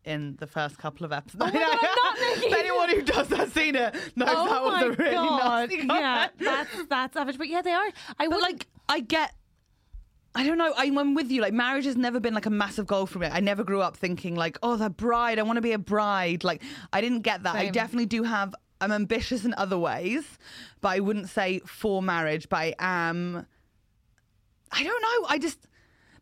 in the first couple of episodes. my God, I'm not Nikita. Anyone who does that seen it knows oh that was my a really god! nasty yeah, comment. that's that's average. But yeah, they are. I But would like, I get. I don't know. I- I'm with you. Like, marriage has never been like a massive goal for me. I never grew up thinking like, oh, the bride. I want to be a bride. Like, I didn't get that. I Same. definitely do have. I'm ambitious in other ways, but I wouldn't say for marriage. But I am. I don't know. I just.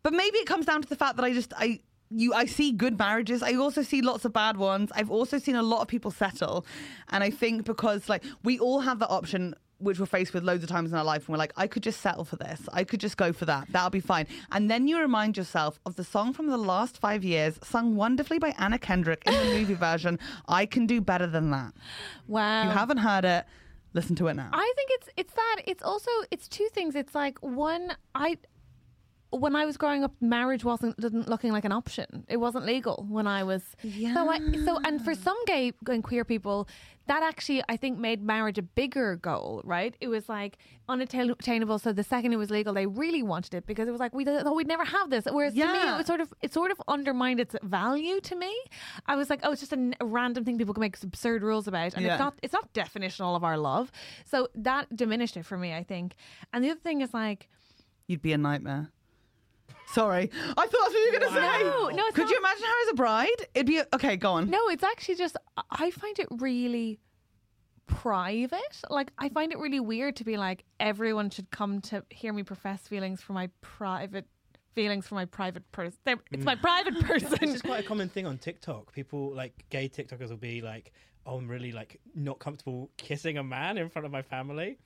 But maybe it comes down to the fact that I just I you I see good marriages. I also see lots of bad ones. I've also seen a lot of people settle, and I think because like we all have the option. Which we're faced with loads of times in our life, and we're like, I could just settle for this. I could just go for that. That'll be fine. And then you remind yourself of the song from the last five years, sung wonderfully by Anna Kendrick in the movie version. I can do better than that. wow. If you haven't heard it, listen to it now. I think it's it's that it's also it's two things. It's like one I when I was growing up, marriage wasn't didn't looking like an option. It wasn't legal when I was. So I so and for some gay and queer people, that actually I think made marriage a bigger goal. Right? It was like unattainable. So the second it was legal, they really wanted it because it was like we thought we'd never have this. Whereas to me, Yeah. it was sort of it sort of undermined its value to me. I was like, oh, it's just a, n- a random thing people can make absurd rules about, and Yeah. it's not it's not definitional of our love. So that diminished it for me, I think. And the other thing is like, You'd be a nightmare. Sorry, I thought that's what you were going to say. No, no, it's Could you not- imagine her as a bride? It'd be okay. Go on. no, it's actually just I find it really private. Like I find it really weird to be like everyone should come to hear me profess feelings for my private feelings for my private person. It's my private This person. is quite a common thing on TikTok. People like gay TikTokers will be like, "Oh, I'm really like not comfortable kissing a man in front of my family."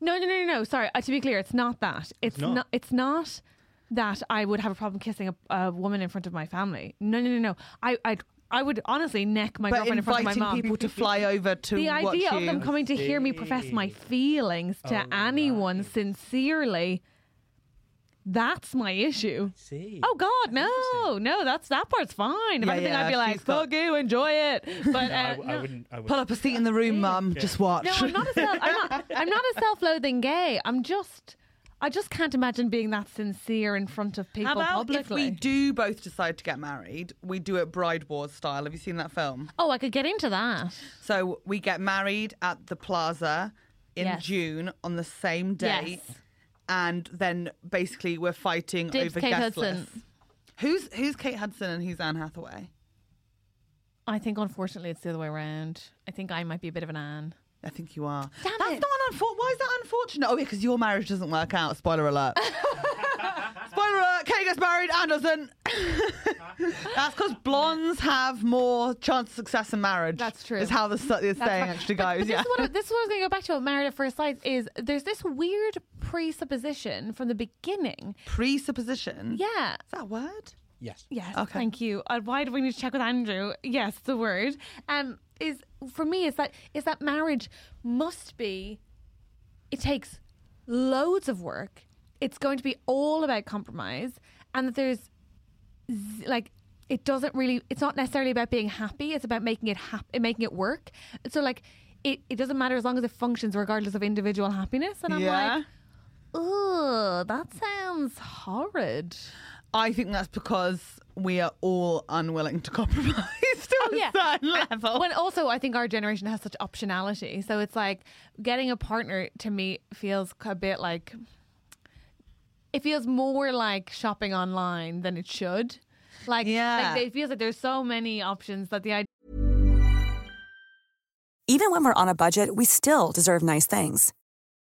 No, no, no, no, no. Sorry. Uh, to be clear, it's not that. It's, not. not. It's not that I would have a problem kissing a, a woman in front of my family. No, no, no, no. I, I, I would honestly neck my But girlfriend in front of my inviting mom. people to fly over to the watch idea of you. them coming to Oh, hear me profess my feelings to anyone sincerely That's my issue. See. Oh God, no, no, that's that part's fine. If Yeah, anything, yeah, I'd be like, she's got- "Fuck you, enjoy it." But I, uh, w- I no. wouldn't. I Pull wouldn't. up a seat in the room, mum. Just watch. No, I'm not a self. I'm not, I'm not a self-loathing gay. I'm just. I just can't imagine being that sincere in front of people How about publicly. if we do both decide to get married, we do it Bride Wars style? Have you seen that film? oh, I could get into that. So we get married at the plaza in Yes. June on the same date. Yes. And then basically we're fighting Dibs, over Kate guest Hudson. lists. Who's who's Kate Hudson and who's Anne Hathaway? I think unfortunately it's the other way around. I think I might be a bit of an Anne. I think you are. Damn That's it. not an unfortunate. Why is that unfortunate? Oh, yeah, because your marriage doesn't work out. Spoiler alert. Spoiler alert. Kate gets married and doesn't. That's because blondes have more chance of success in marriage. That's true. Is how the stu- the saying That's fine. actually But- goes. but yeah. This is what, I- this is what I was going to go back to about Married at First Sight is there's this weird presupposition from the beginning. Presupposition. Yeah. Is that a word? Yes. Yes. Okay. Thank you. Uh, why do we need to check with Andrew? Yes, the word. Um, is for me is that is that marriage must be. It takes loads of work. It's going to be all about compromise, and that there's z- like it doesn't really. It's not necessarily about being happy. It's about making it happy, making it work. So like. It, it doesn't matter as long as it functions regardless of individual happiness and i'm yeah. like ugh that sounds horrid I think that's because we are all unwilling to compromise to Oh, a certain level. When also, I think our generation has such optionality. So it's like getting a partner to me feels a bit like it feels more like shopping online than it should. Like, Yeah. like it feels like there's so many options that the idea. Even when we're on a budget, we still deserve nice things.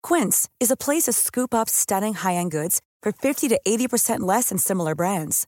Quince is a place to scoop up stunning high end goods for 50 to 80% less than similar brands.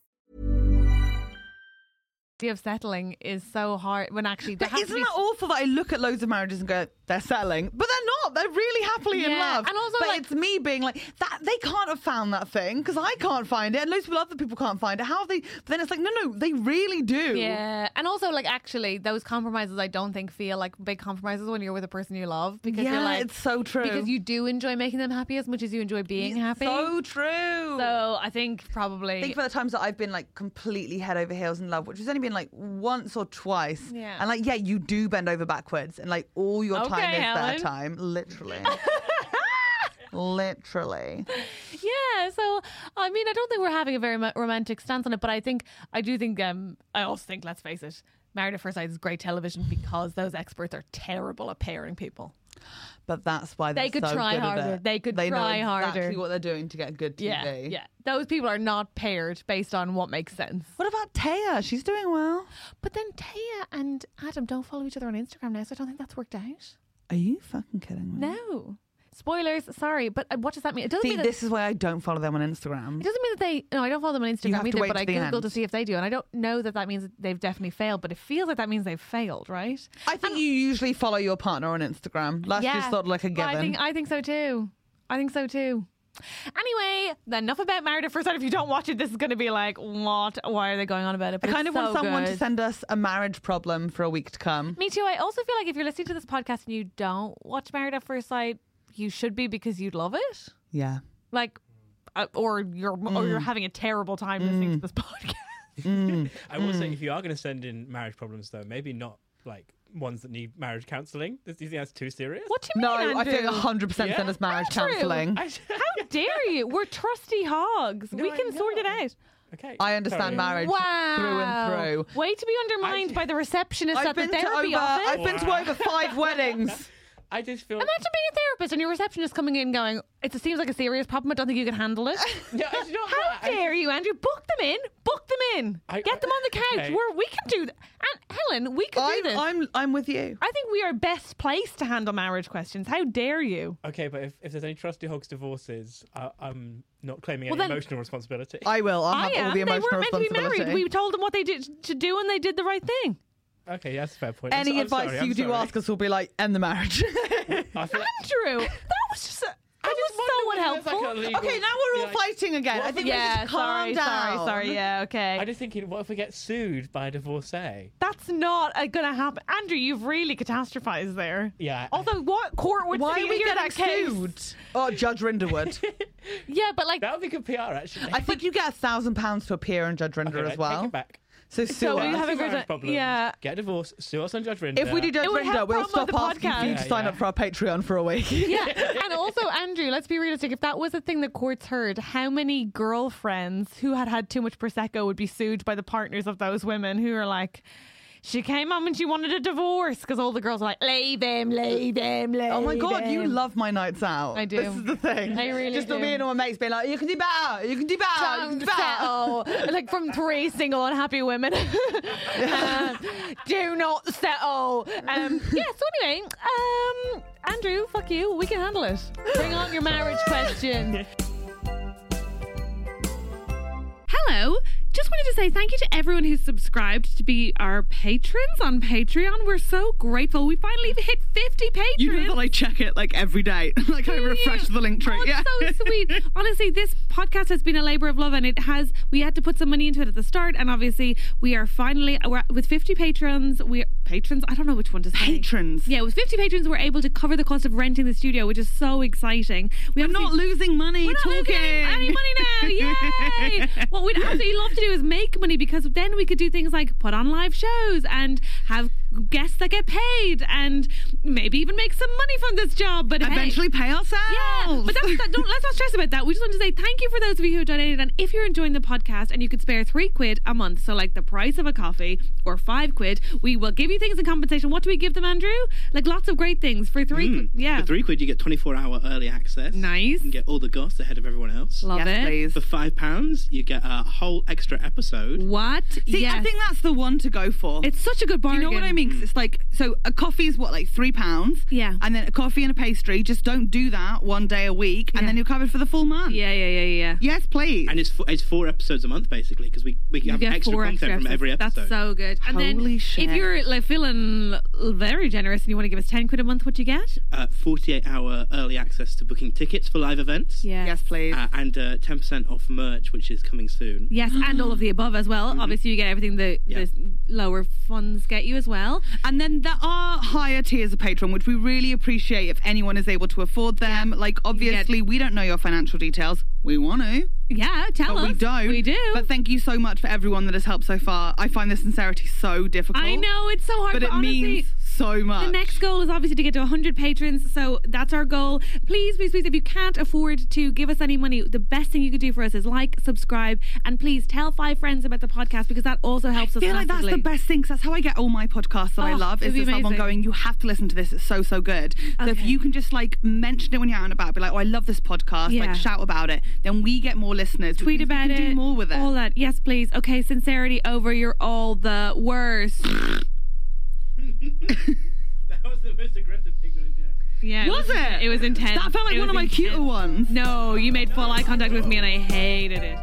of settling is so hard when actually there But has isn't to be that awful that I look at loads of marriages and go, they're settling, but they're not. They're really happily in Yeah, love. and also, but like- it's me being like that. They can't have found that thing because I can't find it, and loads of other people can't find it. How have they? But then it's like, no, no, they really do. Yeah, and also like actually those compromises I don't think feel like big compromises when you're with a person you love because you're Yeah, like it's so true. because you do enjoy making them happy as much as you enjoy being happy. So true. So I think probably think for the times that I've been like completely head over heels in love, which has only been like once or twice. Yeah. And like, yeah, you do bend over backwards, and like all your time Okay, is Helen. their time, literally. literally. yeah. So I mean, I don't think we're having a very mo- romantic stance on it, but I think I do think um I also think let's face it, Married at First Sight is great television because those experts are terrible at pairing people. But that's why They they're could so try good at harder. it. They could they try know exactly harder. what they're doing to get good TV. Yeah, yeah. Those people are not paired based on what makes sense. What about Taya? She's doing well. But then Taya and Adam don't follow each other on Instagram now, so I don't think that's worked out. Are you fucking kidding me? No. Spoilers, sorry, but uh, what does that mean? It doesn't See, mean that this is why I don't follow them on Instagram. It doesn't mean that they. No, I don't follow them on You Instagram have to either. wait But I to the googled end. to see if they do, and I don't know that that means that they've definitely failed. But it feels like that means they've failed, right? I think you usually follow your partner on Instagram. That's just sort of like a Well, given. I think I think so too. I think so too. Anyway, enough about Married at First Sight. If you don't watch it, this is going to be like, what? Why are they going on about it? I But kind it's of want so someone to good. send us a marriage problem for a week to come. Me too. I also feel like if you're listening to this podcast and you don't watch Married at First Sight, you should be because you'd love it. Yeah. Like, uh, or you're or Mm. you're having a terrible time listening to this podcast. I will Hmm. say, if you are going to send in marriage problems, though, maybe not like ones that need marriage counseling. Do you think that's too serious? What do you No, mean? I think Andrew? 100% send us marriage Andrew. counselling. I, How dare you? We're trusty hogs. we I can sort it know. out. okay. I understand Sorry. marriage through and through. Way to be undermined I- by the receptionist I've at the been, to therapy over, office. I've been to over five weddings. I just feel. Imagine being a therapist and your receptionist coming in going, it seems like a serious problem. I don't think you can handle it. No, it's not How that. I- dare you, Andrew? Book them in. Book them in. I- Get them on the couch. Okay. We're, we can do that. And Helen, we can do I'm, this. i I'm, I'm with you. think we are best placed to handle marriage questions. How dare you? Okay, but if, if there's any trusty hogs divorces, I, I'm not claiming Well, any then- emotional responsibility. I will. I'll I have all am. the They emotional weren't meant to be responsibility. married. We told them what they did to do, and they did the right thing. Okay, that's a fair point. I'm so- Any I'm advice sorry, you I'm do sorry. ask us will be like, end the marriage. I feel like- Drew, that was just. A, that just was so wonder whether there's, like, unhelpful. a legal- okay, now we're all Yeah, I- fighting again. I think we yeah, should calm sorry, down. sorry, sorry. Yeah, okay. I'm just thinking, what if we get sued by a divorcee? That's not uh, going to happen. Andrew, you've really catastrophized there. Yeah. Although, what court would Why see are we hear getting that case? sued? Oh, Judge Rinderwood. Yeah, but like, That would be good PR, actually. I think you get a thousand pounds to appear on Judge Rinder Okay, as right, well. Take it back. So, sue So we have us. a That's good- marriage problem. yeah. Get a divorce, sue us on Judge Rinder. if we do Judge It would Rinder, help we'll promote stop the asking for you to podcast. sign Yeah, up for our Patreon for a week. yeah. and also, Andrew, let's be realistic. If that was a thing the courts heard, how many girlfriends who had had too much Prosecco would be sued by the partners of those women who are like, she came home and she wanted a divorce because all the girls are like, leave him, leave him, leave Oh my god, you him." love my nights out. I do. This is the thing. I really just do. me and all my mates being like, you can do better, you can do better, you can Don't do better. settle. like from three single unhappy women. Um, do not settle. Um, yeah, so anyway, um, Andrew, fuck you. We can handle it. Bring on your marriage question. Hello. Just wanted to say thank you to everyone who's subscribed to be our patrons on Patreon. We're so grateful. We finally hit 50 patrons. I check it like every day. like I Oh, it's so sweet. Honestly, this podcast has been a labor of love, and it has. We had to put some money into it at the start, and obviously, we are finally we're at- with fifty patrons. We patrons. I don't know which one to say. Patrons. Yeah, with fifty patrons, we're able to cover the cost of renting the studio, which is so exciting. We are not losing money We're not losing any talking. money now. Yay! what we'd absolutely love to do is make money because then we could do things like put on live shows and have guests that get paid and maybe even make some money from this job. But hey- Eventually pay ourselves. yeah, but that's, that, don't, let's not stress about that. We just want to say thank you for those of you who donated. And if you're enjoying the podcast and you could spare three quid a month, so like the price of a coffee or five quid, we will give you things in compensation. What do we give them, Andrew? Like lots of great things for three. quid. Yeah, For three quid, you get 24 hour early access. Nice. You can get all the goss ahead of everyone else. love it. please. For five pounds, you get a whole extra episode. What? See, yes. I think that's the one to go for. it's such a good Do you bargain. know what I mean? 'Cause it's like, so a coffee is what, like three pounds? Yeah. And then a coffee and a pastry. Just don't do that one day a week, and then you're covered for the full month. Yeah, yeah, yeah, yeah. Yes, please. And it's four, it's four episodes a month basically because we we have get extra four content extra from every episodes. episode. That's so good. And Holy then shit. if you're like feeling very generous and you want to give us ten quid a month, what do you get? uh, 48 hour early access to booking tickets for live events. Yeah. yes, please. Uh, and uh, 10% off merch, which is coming soon. Yes, and all of the above as well. Mm-hmm. Obviously, you get everything the, the lower funds get you as well. And then there are higher tiers of Patreon, which we really appreciate if anyone is able to afford them. Like, obviously, we don't know your financial details. We want to, Yeah, tell but us. we don't. We do. But thank you so much for everyone that has helped so far. I find the sincerity so difficult. I know it's so hard, But but, it honestly, means so much. The next goal is obviously to get to 100 patrons, so that's our goal. Please, please, please, if you can't afford to give us any money, the best thing you could do for us is like, subscribe, and please tell five friends about the podcast because that also helps us. I feel like that's the massively. best thing 'cause that's how I get all my podcasts that I Oh, love is it'd be just someone amazing. going, "You have to listen to this. It's so so good." So if Okay. you can just like mention it when you're out and about, be like, "Oh, I love this podcast," Yeah. like shout about it, then we get more listeners. which tweet means we about can it. Do more with it. All that. Yes, please. Okay, sincerity over. You're all the worst. That was the most aggressive pig noise, yeah. Yeah. Was it? It was intense. That felt like It one of was my cuter intense. ones. No, you made full eye contact with me and I hated it.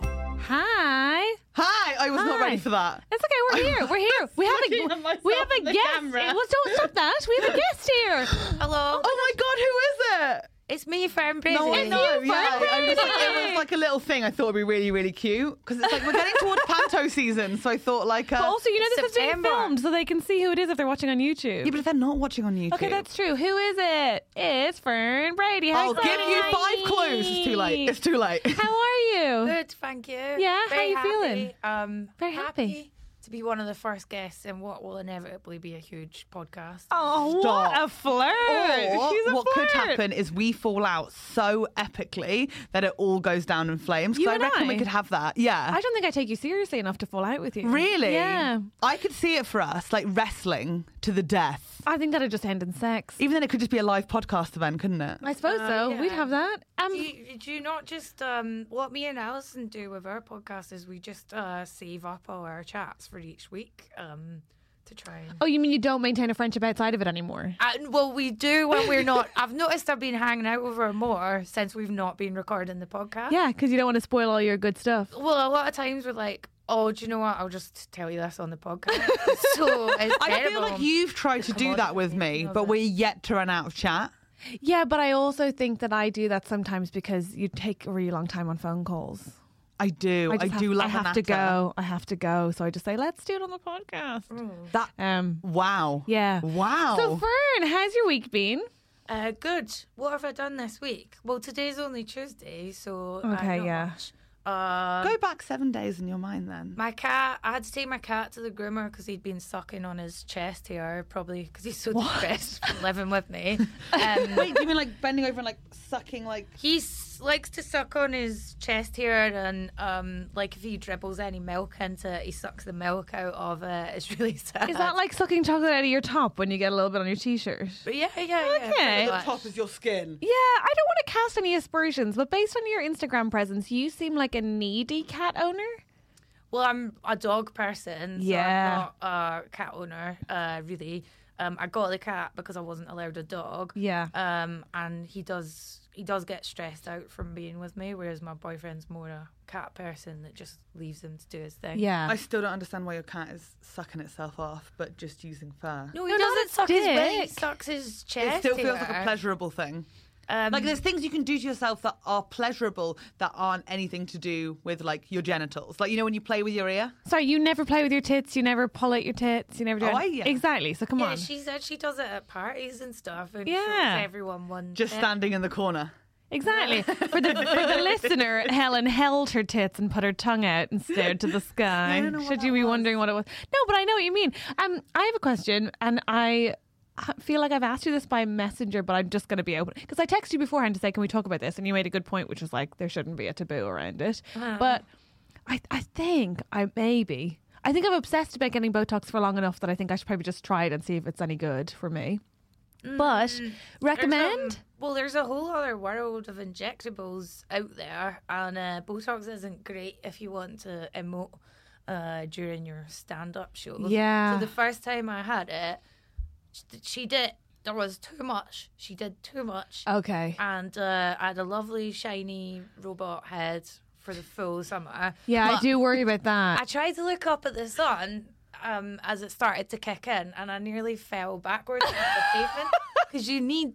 Hi. Hi, I was not Hi. ready for that. That's okay. We're here. We're here. We have a we have a guest. Well, don't stop that. We have a guest here. Hello. Oh my god, who is it? It's me, Fern Brady. Oh, I know. you, Yeah, Fern I was like, Brady. it was like a little thing. I thought would be really, really cute because it's like we're getting towards panto season, so I thought like. Uh, But also, you know this is being September. filmed, so they can see who it is if they're watching on YouTube. Yeah, but if they're not watching on YouTube, okay, that's true. Who is it? It's Fern Brady. Hi, I'll give you five Fern. clues. It's too late. It's too late. How are you? Good, thank you. Yeah, how you feeling? Um, Very happy. to be one of the first guests in what will inevitably be a huge podcast. Oh, what Stop. a flirt! Or She's a what flirt. could happen is we fall out so epically that it all goes down in flames. You Because I and reckon I? we could have that. Yeah. I don't think I take you seriously enough to fall out with you. really? Yeah. I could see it for us, like wrestling to the death. I think that'd just end in sex. Even then, it could just be a live podcast event, couldn't it? I suppose so. Uh, yeah. We'd have that. Um, Do you, do you not just um, what me and Alison do with our podcast is we just uh, save up all our chats for each week um, to try and. oh, you mean you don't maintain a friendship outside of it anymore? Uh, well, we do when we're not. I've noticed I've been hanging out with her more since we've not been recording the podcast. Yeah, because you don't want to spoil all your good stuff. Well, a lot of times we're like, oh, do you know what? I'll just tell you this on the podcast. It's so it's I feel terrible. like you've tried to do that with me, but we're yet to run out of chat. Yeah, but I also think that I do that sometimes because you take a really long time on phone calls. I do. I, just have- do love I have an to actor. go. I have to go. So I just say, let's do it on the podcast. Mm. That Um, wow. yeah. Wow. So Fern, how's your week been? Uh, good. What have I done this week? Well, today's only Tuesday, so uh, Okay, not yeah. much. Um, go back seven days in your mind then. My cat, I had to take my cat to the groomer because he'd been sucking on his chest hair, probably because he's so depressed from living with me. Um, Wait, you mean like bending over and like sucking like he s- likes to suck on his chest hair, and um, like if he dribbles any milk into it, he sucks the milk out of it. It's really sad. Is that like sucking chocolate out of your top when you get a little bit on your t-shirt? But yeah, yeah, yeah. Okay. pretty The much. of your skin? Yeah, I don't want to cast any aspersions, but based on your Instagram presence, you seem like a needy cat owner. Well, I'm a dog person. So Yeah. I'm not a cat owner, uh, really. Um, I got the cat because I wasn't allowed a dog. Yeah. Um, and he does he does get stressed out from being with me, whereas my boyfriend's more a cat person that just leaves him to do his thing. I still don't understand why your cat is sucking itself off, but just using fur. No, he No, not doesn't his suck his belly. He dick. sucks his chest. it still feels like hair. a pleasurable thing. Um, Like there's things you can do to yourself that are pleasurable that aren't anything to do with like your genitals. Like you know when you play with your ear. Sorry, you never play with your tits. You never pull out your tits. You never do Oh, any- yeah. exactly. So come yeah, on. she said she does it at parties and stuff, and Yeah. yeah, everyone one. Just bit. standing in the corner. Exactly. For the for the listener, Helen held her tits and put her tongue out and stared to the sky. don't know what Should that you be was. wondering what it was? No, but I know what you mean. Um, I have a question, and I h- feel like I've asked you this by messenger, but I'm just going to be open because I texted you beforehand to say, "Can we talk about this?" And you made a good point, which was like there shouldn't be a taboo around it. Uh-huh. But I I think I maybe. I think I'm obsessed about getting Botox for long enough that I think I should probably just try it and see if it's any good for me. Mm. But There's recommend? A, well, there's a whole other world of injectables out there, and uh, Botox isn't great if you want to emote uh, during your stand-up show. Yeah. So the first time I had it, sh- she did. There was too much. She did too much, okay. and uh, I had a lovely shiny robot head for the full summer. Yeah, I But do worry about that. I tried to look up at the sun um, as it started to kick in, and I nearly fell backwards on the pavement because you need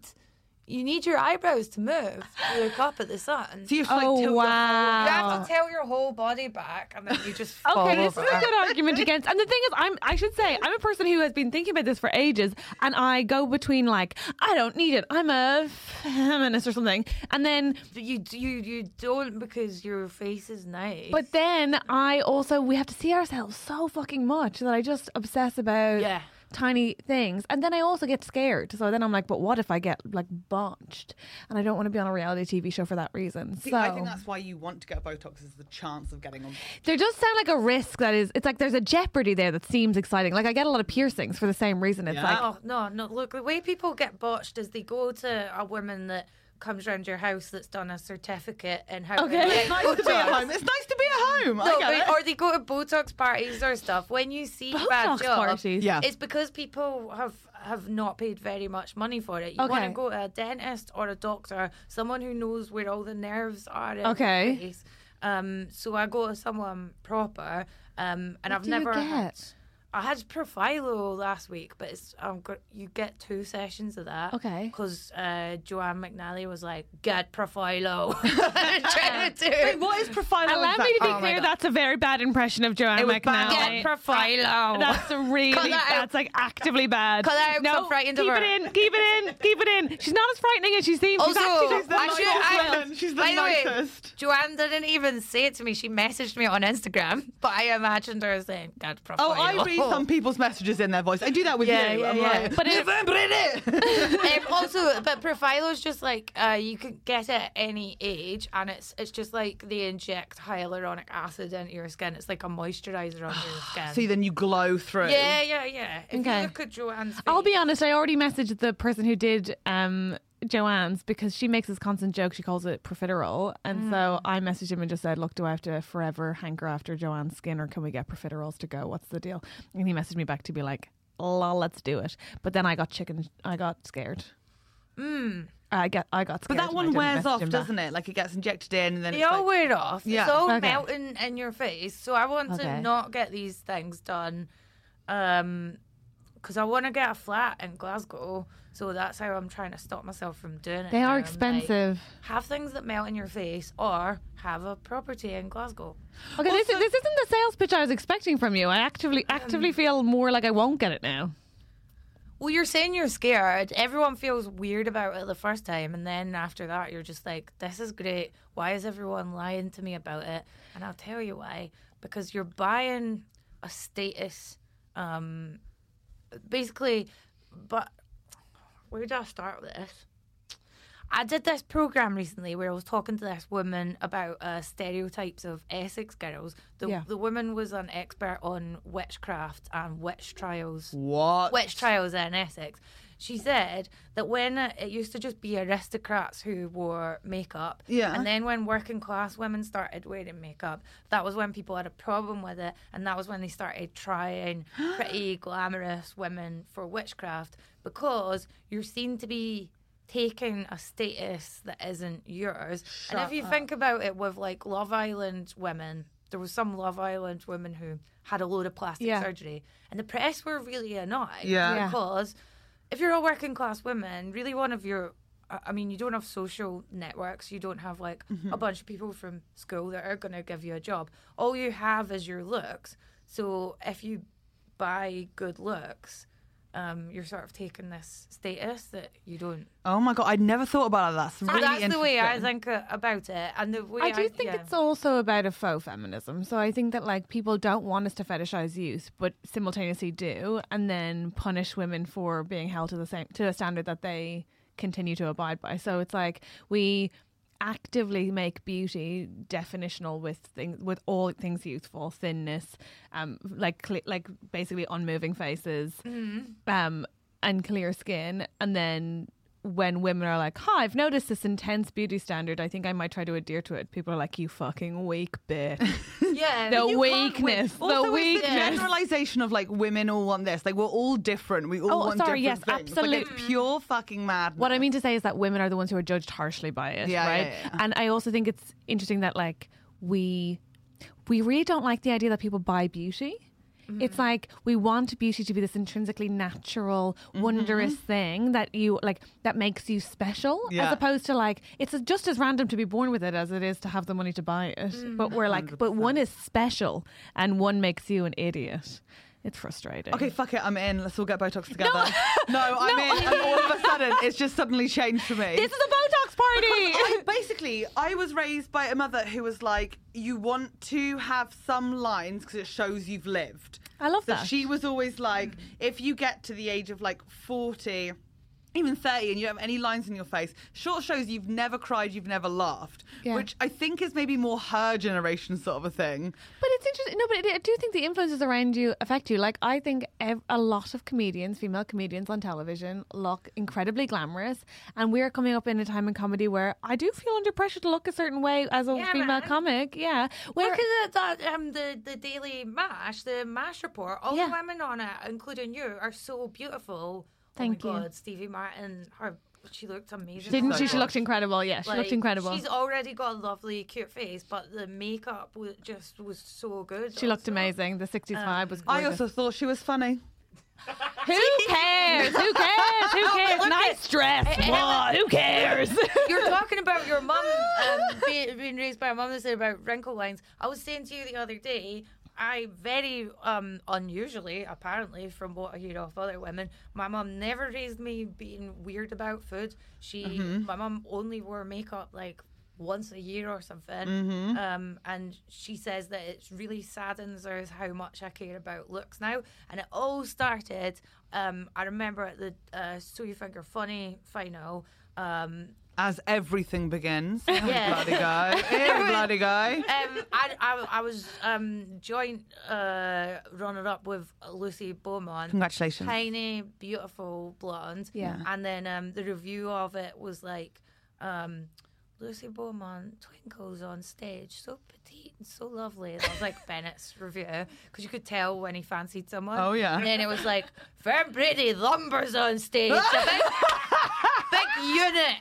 you need your eyebrows to move to look up at the sun. So you have to, like, Oh tilt your whole- wow! you have to tilt your whole body back, and then you just fall Ah. okay, this is over. a good argument against. And the thing is, I'm I should say I'm a person who has been thinking about this for ages, and I go between like I don't need it. I'm a feminist or something, and then You you you don't because your face is nice. but then I also we have to see ourselves so fucking much that I just obsess about Yeah. tiny things, and then I also get scared. So then I'm like, but what if I get like botched? And I don't want to be on a reality TV show for that reason. See, so I think that's why you want to get Botox is the chance of getting on. There does sound like a risk that is. It's like there's a jeopardy there that seems exciting. Like I get a lot of piercings for the same reason. It's like Oh no, no! Look, the way people get botched is they go to a woman that comes round your house that's done a certificate and how. Okay. It's nice to be at home. It's nice to be at home. I No, get but, it. or they go to Botox parties or stuff. When you see bad Botox job, parties. Yeah. it's because people have have not paid very much money for it. You want Okay. to go to a dentist or a doctor, someone who knows where all the nerves are. In your Okay. face. Um, so I go to someone proper, um, and I've do you never. get? Had, I had Profilo last week, but it's um, gr- you get two sessions of that. Okay. Because uh, Joanne McNally was like, "Get Profilo." Trying to do it. what is profiling? Allow me to be exactly? Oh my clear. God. That's a very bad impression of Joanna It was bad. McNally. Get Profilo. That's a really Cut that out. that's like actively bad. Cut that out, no, I'm frightened of keep her. it in, keep it in, keep it in. She's not as frightening as she seems. Also, she's actually just the I should, nicest I, woman. She's the by the way, nicest. Joanne didn't even say it to me. She messaged me on Instagram, but I imagined her saying, "God, Oh, profile." I read some people's messages in their voice. I do that with Yeah, you. yeah, I'm yeah. like, But it- November in it. um, also, but Profilo's just like uh, you can get it at any age, and it's it's just like they inject hyaluronic acid into your skin. It's like a moisturizer on your skin. See, then you glow through. yeah, yeah, yeah. If Okay. you look at Joanne's face, I'll be honest. I already messaged the person who did um, Joanne's because she makes this constant joke. She calls it profiterole, and Mm. so I messaged him and just said, "Look, do I have to forever hanker after Joanne's skin, or can we get profiteroles to go? What's the deal?" And he messaged me back to be like, "Lol, let's do it." But then I got chicken. I got scared. I get, I got. Mm. But scared that and I one didn't wears message off, him back. doesn't it? Like it gets injected in and then They it's all like, wear off. Yeah. It's all Okay. melting in your face. So I want Okay. to not get these things done. Um, because I want to get a flat in Glasgow. So that's how I'm trying to stop myself from doing it. They now. Um, are I'm like, expensive. have things that melt in your face, or have a property in Glasgow. Okay, this, is- this isn't the sales pitch I was expecting from you. I actively Um, actively feel more like I won't get it now. Well, you're saying you're scared. Everyone feels weird about it the first time, and then after that, you're just like, "This is great. Why is everyone lying to me about it?" And I'll tell you why. Because you're buying a status. Um, basically, but where do I start with this? I did this program recently where I was talking to this woman about uh, stereotypes of Essex girls. The, Yeah. the woman was an expert on witchcraft and witch trials. What? Witch trials in Essex. She said that when uh, it used to just be aristocrats who wore makeup, Yeah. and then when working class women started wearing makeup, that was when people had a problem with it, and that was when they started trying pretty glamorous women for witchcraft because you're seen to be taking a status that isn't yours. and if you think about it with like Love Island women, there was some Love Island women who had a load of plastic Yeah. surgery, and the press were really annoyed Yeah. Yeah. because if you're a working class woman, really one of your I I mean, you don't have social networks. You don't have like a bunch of people from school that are going to give you a job. All you have is your looks. So if you buy good looks, um, you're sort of taking this status that you don't. Oh my god, I'd never thought about that. That's So really that's the way I interesting. think uh, about it, and the way I do think yeah. it's also about a faux feminism. So I think that like people don't want us to fetishize youth, but simultaneously do, and then punish women for being held to the same to a standard that they continue to abide by. So it's like we actively make beauty definitional with things with all things youthful thinness um like cle like basically unmoving faces um, and clear skin. And then when women are like, "Huh, I've noticed this intense beauty standard. I think I might try to adhere to it." People are like, "You fucking weak bitch." yeah, the you can't win. weakness. The Also, it's the weakness. generalization of like women all want this. Like we're all different. We all Oh, want sorry, different yes, things. Like, it's absolute- pure fucking mad. What I mean to say is that women are the ones who are judged harshly by it, Yeah, right? yeah, yeah. And I also think it's interesting that like we we really don't like the idea that people buy beauty. Mm-hmm. It's like we want beauty to be this intrinsically natural, Mm-hmm. wondrous thing that you like that makes you special, Yeah. as opposed to like it's just as random to be born with it as it is to have the money to buy it. Mm-hmm. But we're like, but one is special and one makes you an idiot. It's frustrating. Okay, fuck it. I'm in. Let's all get Botox together. No, I'm in. And all of a sudden, it's just suddenly changed for me. this is a Botox I, party. basically, I was raised by a mother who was like, "You want to have some lines because it shows you've lived." I love so that. She was always like, "If you get to the age of like forty, even thirty, and you don't have any lines in your face, short shows you've never cried, you've never laughed," Yeah. which I think is maybe more her generation sort of a thing. But it's interesting. No, but it, I do think the influences around you affect you. Like I think ev- a lot of comedians, female comedians on television, look incredibly glamorous, and we are coming up in a time in comedy where I do feel under pressure to look a certain way as a Yeah, female man. comic. Yeah, where Look at that, that, um, the, the Daily Mash, the Mash report. All Yeah. the women on it, including you, are so beautiful. Thank oh you. my God, Stevie Martin, her, she looked amazing. didn't on she? it. She looked incredible. Yeah, she Like, looked incredible. She's already got a lovely, cute face, but the makeup was, just was so good. She looked also. amazing. The Um, '60s vibe was. I Gorgeous. also thought she was funny. Who cares? Who cares? Who cares? look nice at- dress. I- I Whoa, who cares? You're talking about your mum um, being, being raised by a mum that said about wrinkle lines. I was saying to you the other day, I very um, unusually, apparently, from what I hear off other women, my mum never raised me being weird about food. She, my mum only wore makeup like once a year or something, um, and she says that it really saddens her is how much I care about looks now. And it all started. Um, I remember at the uh, So You Think You're Funny final. Um, As everything begins, Oh, Yeah. bloody guy, Every bloody guy. um, I, I, I was um, joint uh, runner up with Lucy Beaumont. Congratulations. Tiny, beautiful blonde. Yeah. And then um, the review of it was like um, Lucy Beaumont twinkles on stage, so petite and so lovely. That was like Bennett's review because you could tell when he fancied someone. Oh, yeah. And then it was like, Fair Brady lumbers on stage, a big, big unit.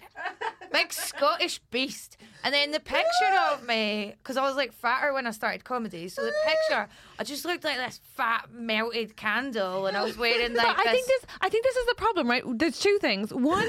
big Scottish beast. And then the picture of me, because I was like fatter when I started comedy. So the picture, I just looked like this fat melted candle, and I was wearing No, like I this. think this. I think this is the problem, right? There's two things. One,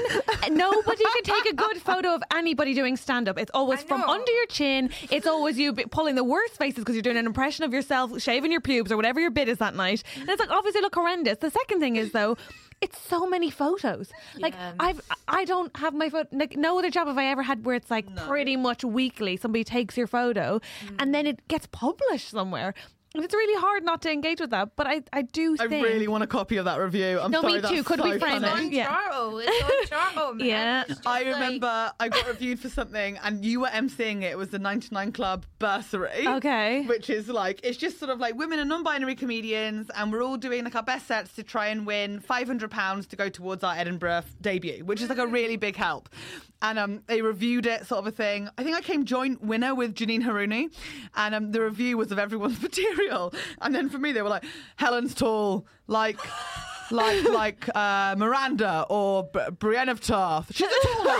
nobody can take a good photo of anybody doing stand up. It's always from under your chin. It's always you b- pulling the worst faces because you're doing an impression of yourself, shaving your pubes or whatever your bit is that night. And it's like obviously look horrendous. The second thing is though. It's so many photos. Like I've, I don't have my photo. Like no other job have I ever had where it's like pretty much weekly somebody takes your photo, and then it gets published somewhere. And it's really hard not to engage with that. But I, I do. I think really want a copy of that review. I'm No, me sorry, that's too. Could we so frame funny. it? Yeah. Charles, it's on Charles, man. It's just I like- remember I got reviewed for something and you were emceeing it. It was the 99 Club bursary. Okay. Which is like, it's just sort of like women and non binary comedians, and we're all doing like our best sets to try and win £500 to go towards our Edinburgh f- debut, which is like a really big help. And um, they reviewed it, sort of a thing. I think I came joint winner with Janine Haruni, and um, the review was of everyone's material. And then for me, they were like, Helen's tall, like. Like like uh, Miranda or B- Brienne of Tarth. She's a tall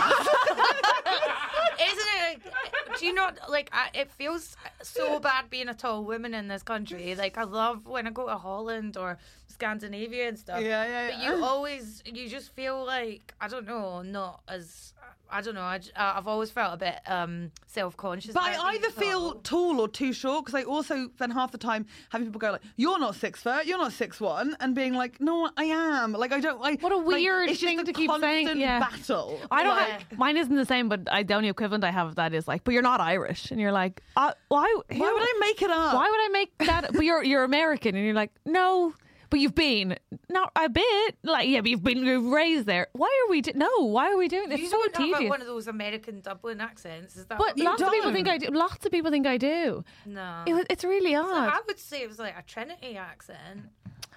Isn't it? Like, do you not like? I, it feels so bad being a tall woman in this country. Like I love when I go to Holland or Scandinavia and stuff. Yeah, yeah, But yeah. you always, you just feel like I don't know, not as I don't know. I, j- uh, I've always felt a bit um self conscious. But I either feel tall or too short because I also then half the time have people go like, "You're not six foot, you're not six one," and being like, "No, I am." Like I don't. I, What a like, weird it's just thing a to keep constant saying. Yeah. battle. I don't. Like, Have, mine isn't the same, but I, the only equivalent I have of that is like, but you're not Irish, and you're like, uh, why? who- Why would I make it up? Why would I make that? but you're you're American, and you're like, no. But you've been not a bit like yeah, but you've been you're raised there. Why are we do- no? Why are we doing this? You It's so don't have like, tedious. one of those American Dublin accents. Is that? But what- lots of people think I do. Lots of people think I do. No. It was, it's really So odd. I would say it was like a Trinity accent.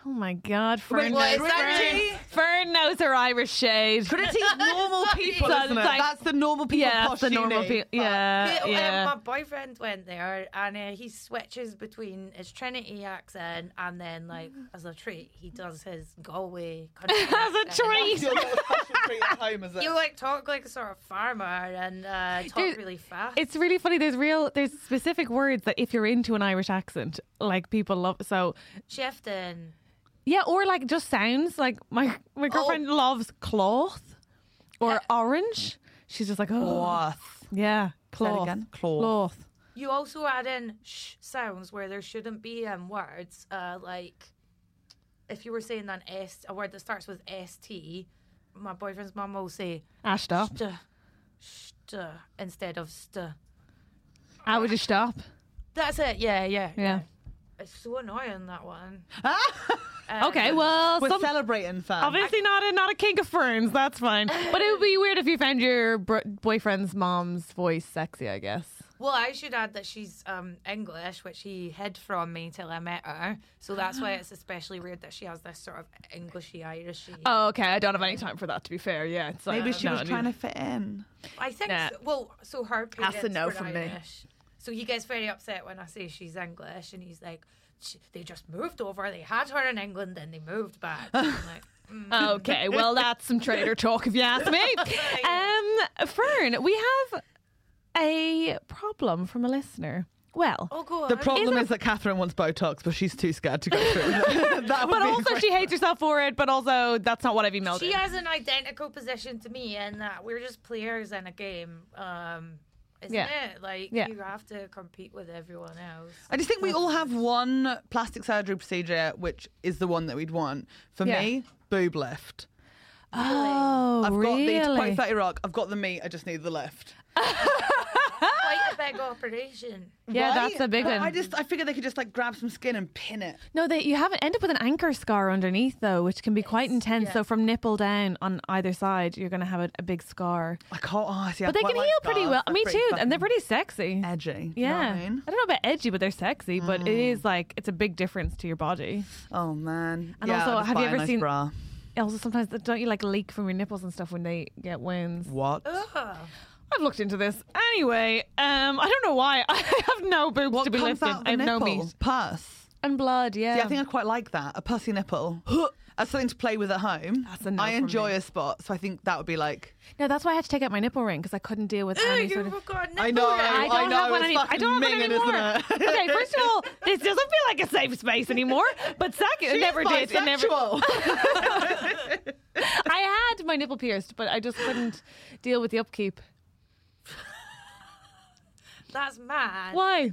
oh my god, Fern, what, knows, is that Fern, Fern knows her Irish shade. Trinity's normal people, So isn't it? it's like- that's the normal people. yeah, that's posh the normal uni. people. Yeah, Yeah, Uh, yeah. um, my boyfriend went there and uh, he switches between his Trinity accent and then, like, as a treat, he does his Galway country Mm. As a accent. treat. Your little fashion tree at home, is it? You like talk like a sort of farmer and uh, talk Dude, really fast. It's really funny. There's real, there's specific words that if you're into an Irish accent, like people love. So shifting. yeah, or like just sounds. Like my Oh. my girlfriend loves cloth or orange. She's just like oh Cloth. yeah cloth again. Cloth. cloth. You also add in sh sounds where there shouldn't be um, words. Uh, like, if you were saying an S, a word that starts with ST, my boyfriend's mum will say Ash Ah, stop. st, st instead of st. I would just stop. That's it. Yeah, yeah, Yeah. It's so annoying that one. Um, Okay. Well, We're some, celebrating, fam. obviously not a not a kink of ferns. That's fine. But it would be weird if you found your bro- boyfriend's mom's voice sexy. I guess. Well, I should add that she's um, English, which he hid from me till I met her. So that's why it's especially weird that she has this sort of Englishy Irishy. Oh, okay. I don't have any time for that. To be fair, yeah. It's like, Maybe she no, was I need- trying to fit in. I think. nah. So, well, so her That's parents a no were from me. Irish. So he gets very upset when I say she's English, and he's like, "Sh- "They just moved over. They had her in England, then they moved back." I'm like, "Mm, Okay, well, that's some traitor talk, if you ask me. Um, Fern, we have a problem from a listener. Well, "Oh, go on." The problem is that Catherine wants Botox, but she's too scared to go through. it. that would but be also she hates herself for it, but also that's not what I've emailed. she in. has an identical position to me in that we're just players in a game. Um, isn't Yeah. it? Like Yeah. you have to compete with everyone else. I just think we all have one plastic surgery procedure, which is the one that we'd want. For Yeah. me, boob lift. oh, I've really? got the quite 30 rock. I've got the meat. I just need the lift. Quite a big operation. yeah, Right? that's a big But one. I just I figured they could just like grab some skin and pin it. no, that you haven't end up with an anchor scar underneath though, which can be quite intense. So from nipple down on either side, you're going to have a, a big scar. I can't. Oh, see, I But they quite can like heal pretty scars. well. They're Me pretty too, and they're fucking pretty sexy. edgy. you know what Yeah, I mean? Mm. I don't know about edgy, but they're sexy. But it is like it's a big difference to your body. Oh man. And Yeah, also, I'll just have you buy a ever nice seen- bra? Also, sometimes don't you like leak from your nipples and stuff when they get wounds? What? I've looked into this anyway. Um, I don't know why I have no boobs what to be comes lifted. out of the I have no nipple? meat. Pus. and blood. Yeah. See, I think I'd quite like that. A pussy nipple. As something to play with at home. That's no I from enjoy me. a spot, so I think that would be like. No, that's why I had to take out my nipple ring because I couldn't deal with any sort of. I know. I don't know, have one it's anymore. I fucking don't have one minging, anymore. isn't it? okay, first of all, this doesn't feel like a safe space anymore. But second, it She's never did. It never. bisexual. I had my nipple pierced, but I just couldn't deal with the upkeep. That's mad. Why?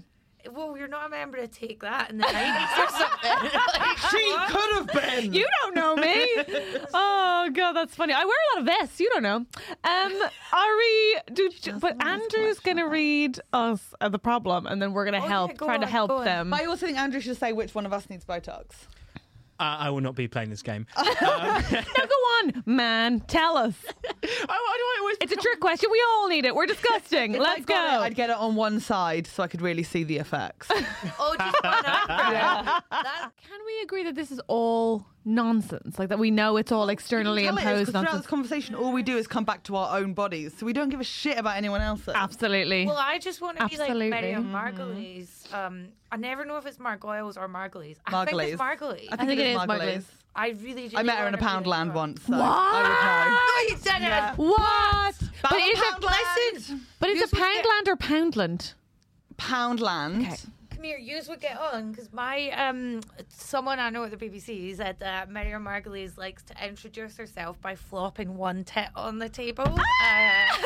Well, you're not a member of Take That in the 90s or something. Like, She what? could have been. You don't know me. oh god, that's funny. I wear a lot of vests. You don't know. Um, Ari, do, but Andrew's gonna read us uh, the problem, and then we're gonna Oh, yeah, help, go trying to on, help go on. them. But I also think Andrew should say which one of us needs Botox. I I will not be playing this game. now go on, man. Tell us. it's a trick question. We all need it. We're disgusting. If Let's I go. got it, I'd get it on one side so I could really see the effects. Oh, just one eyebrow. Can we agree that this is all nonsense? Like that we know it's all externally Tell it is, 'cause imposed throughout nonsense. this conversation, all we do is come back to our own bodies, so we don't give a shit about anyone else's. Absolutely. Well, I just want to be like Absolutely. Mm-hmm. Miriam Margolyes. Um, I never know if it's Margoyles or Margolyes. I think Margolyes. it's Margolyes. I think it is Margolyes. I really do. I met her in a Poundland once. So No, I Oh, you didn't. what? But But is Poundland. it Listen, but is You it supposed to Poundland or Poundland? would know. Poundland. come here. You would get on because my um, someone I know at the BBC said that Miriam Margolyes likes to introduce herself by flopping one tit on the table. Ah! Uh,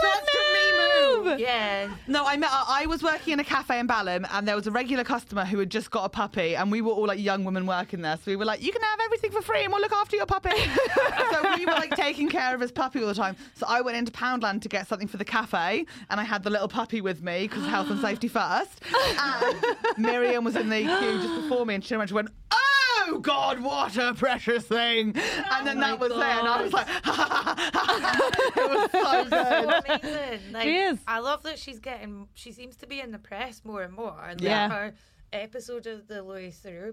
Such a me move. yeah. No, I met. I was working in a cafe in Balham, and there was a regular customer who had just got a puppy, and we were all like young women working there, so we were like, "You can have everything for free, and we'll look after your puppy." so we were like taking care of his puppy all the time. So I went into Poundland to get something for the cafe, and I had the little puppy with me because health and safety first. And Miriam was in the queue just before me, and she turned around and she went. Oh God! What a precious thing! And then that was there, and I was like, it was so good. so amazing. Like, She is. I love that she's getting. She seems to be in the press more and more. Like Yeah. Her episode of the Louis Theroux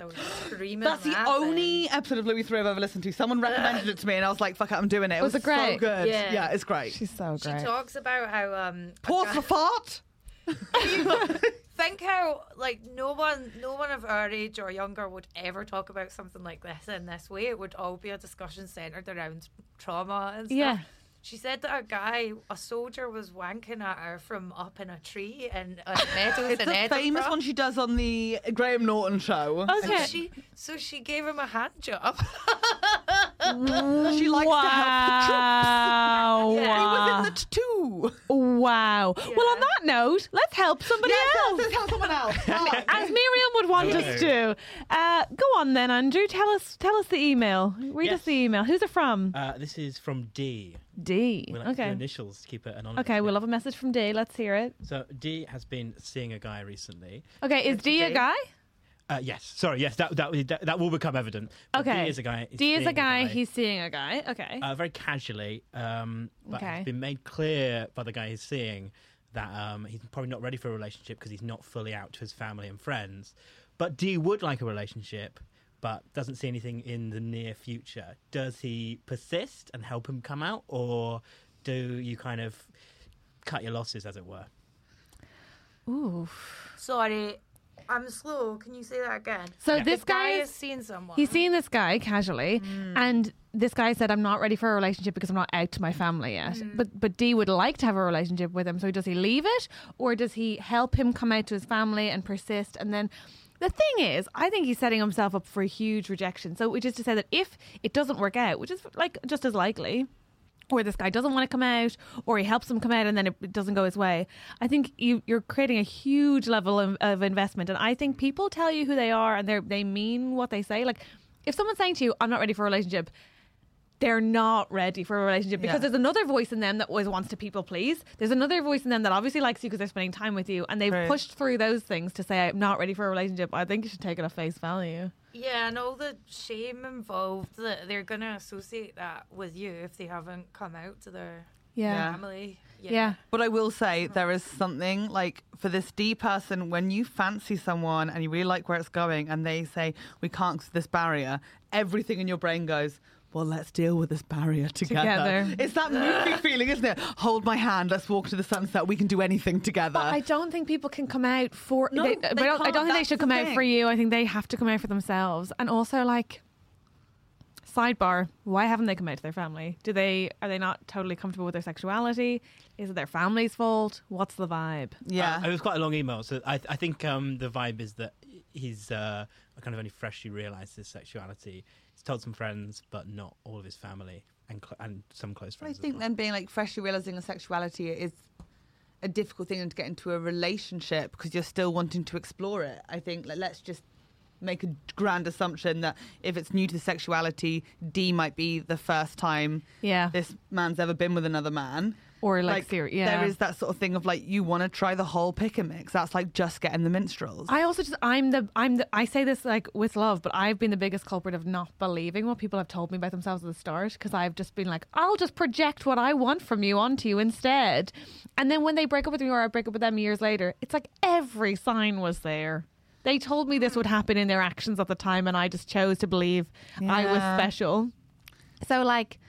I was screaming. That's the laughing. only episode of Louis Theroux I've ever listened to. Someone recommended it to me, and I was like, "Fuck it, I'm doing it." It Was was, it great? so good. Yeah. Yeah. it's great. She's so She great. talks about how um. a Pause guy- for fart. think how like no one, no one of our age or younger would ever talk about something like this in this way. It would all be a discussion centered around trauma and stuff. Yeah. She said that a guy, a soldier, was wanking at her from up in a tree in uh, meadows It's in the Edinburgh. famous one she does on the Graham Norton show. So Okay. she, so she gave him a hand job. She likes to help the troops. Oh, Wow. He was in the two. Wow. Well, on that note, let's help somebody else. Let's help someone else. Oh, Right. as Miriam would want us to. Uh, go on then, Andrew. Tell us tell us the email. Read us Yes. the email. Who's it from? Uh, this is from D. D. We like to do Okay. initials to keep it anonymous. Okay, we'll have a message from D. Let's hear it. So D has been seeing a guy recently. Okay, is D a guy? Uh, yes, sorry, yes, that that that, that will become evident. But Okay. D is a guy. D is a seeing guy. He's seeing a guy. Okay. uh, very casually, um, but Okay. it's been made clear by the guy he's seeing that um, he's probably not ready for a relationship because he's not fully out to his family and friends. But D would like a relationship, but doesn't see anything in the near future. Does he persist and help him come out, or do you kind of cut your losses, as it were? Ooh. Sorry, I'm slow. Can you say that again? So this This guy guy has is seen someone. he's seeing Hmm. this guy casually, and this guy said, "I'm not ready for a relationship because I'm not out to my family yet." But but D would like to have a relationship with him. So does he leave it, or does he help him come out to his family and persist? And then the thing is, I think he's setting himself up for a huge rejection. So which is to say that if it doesn't work out, which is like just as likely. Or this guy doesn't want to come out, or he helps him come out, and then it doesn't go his way. I think you, you're creating a huge level of, of investment, and I think people tell you who they are, and they they mean what they say. Like, if someone's saying to you, "I'm not ready for a relationship," they're not ready for a relationship because Yeah. there's another voice in them that always wants to people please. There's another voice in them that obviously likes you because they're spending time with you, and they've Right. pushed through those things to say, "I'm not ready for a relationship." I think you should take it at face value. yeah, and all the shame involved that they're gonna associate that with you if they haven't come out to their Yeah, family. yeah. But I will say there is something like for this D person when you fancy someone and you really like where it's going, and they say we can't 'cause of this barrier. Everything in your brain goes, well, let's deal with this barrier together. Together. It's that movie feeling, isn't it? Hold my hand, let's walk to the sunset. We can do anything together. But I don't think people can come out for. No, they, they but I don't- I can't. don't think they That's should the come out for thing. you. I think they have to come out for themselves. And also, like, sidebar: Why haven't they come out to their family? Do they are they not totally comfortable with their sexuality? Is it their family's fault? What's the vibe? yeah. Uh, it was quite a long email, so I, I think um, the vibe is that he's uh, kind of only freshly realised his sexuality. He's told some friends, but not all of his family and cl- and some close I friends. as think well. then being like freshly realizing a sexuality is a difficult thing to get into a relationship because you're still wanting to explore it. I think like, let's just make a grand assumption that if it's new to the sexuality, D might be the first time Yeah, this man's ever been with another man. or like, ser- yeah. there is that sort of thing of like you want to try the whole pick and mix. That's like just getting the minstrels. I also just I'm the I'm the I say this like with love, but I've been the biggest culprit of not believing what people have told me about themselves at the start because I've just been like I'll just project what I want from you onto you instead, and then when they break up with me or I break up with them years later, it's like every sign was there. They told me this would happen in their actions at the time, and I just chose to believe I was Yeah. special. So like,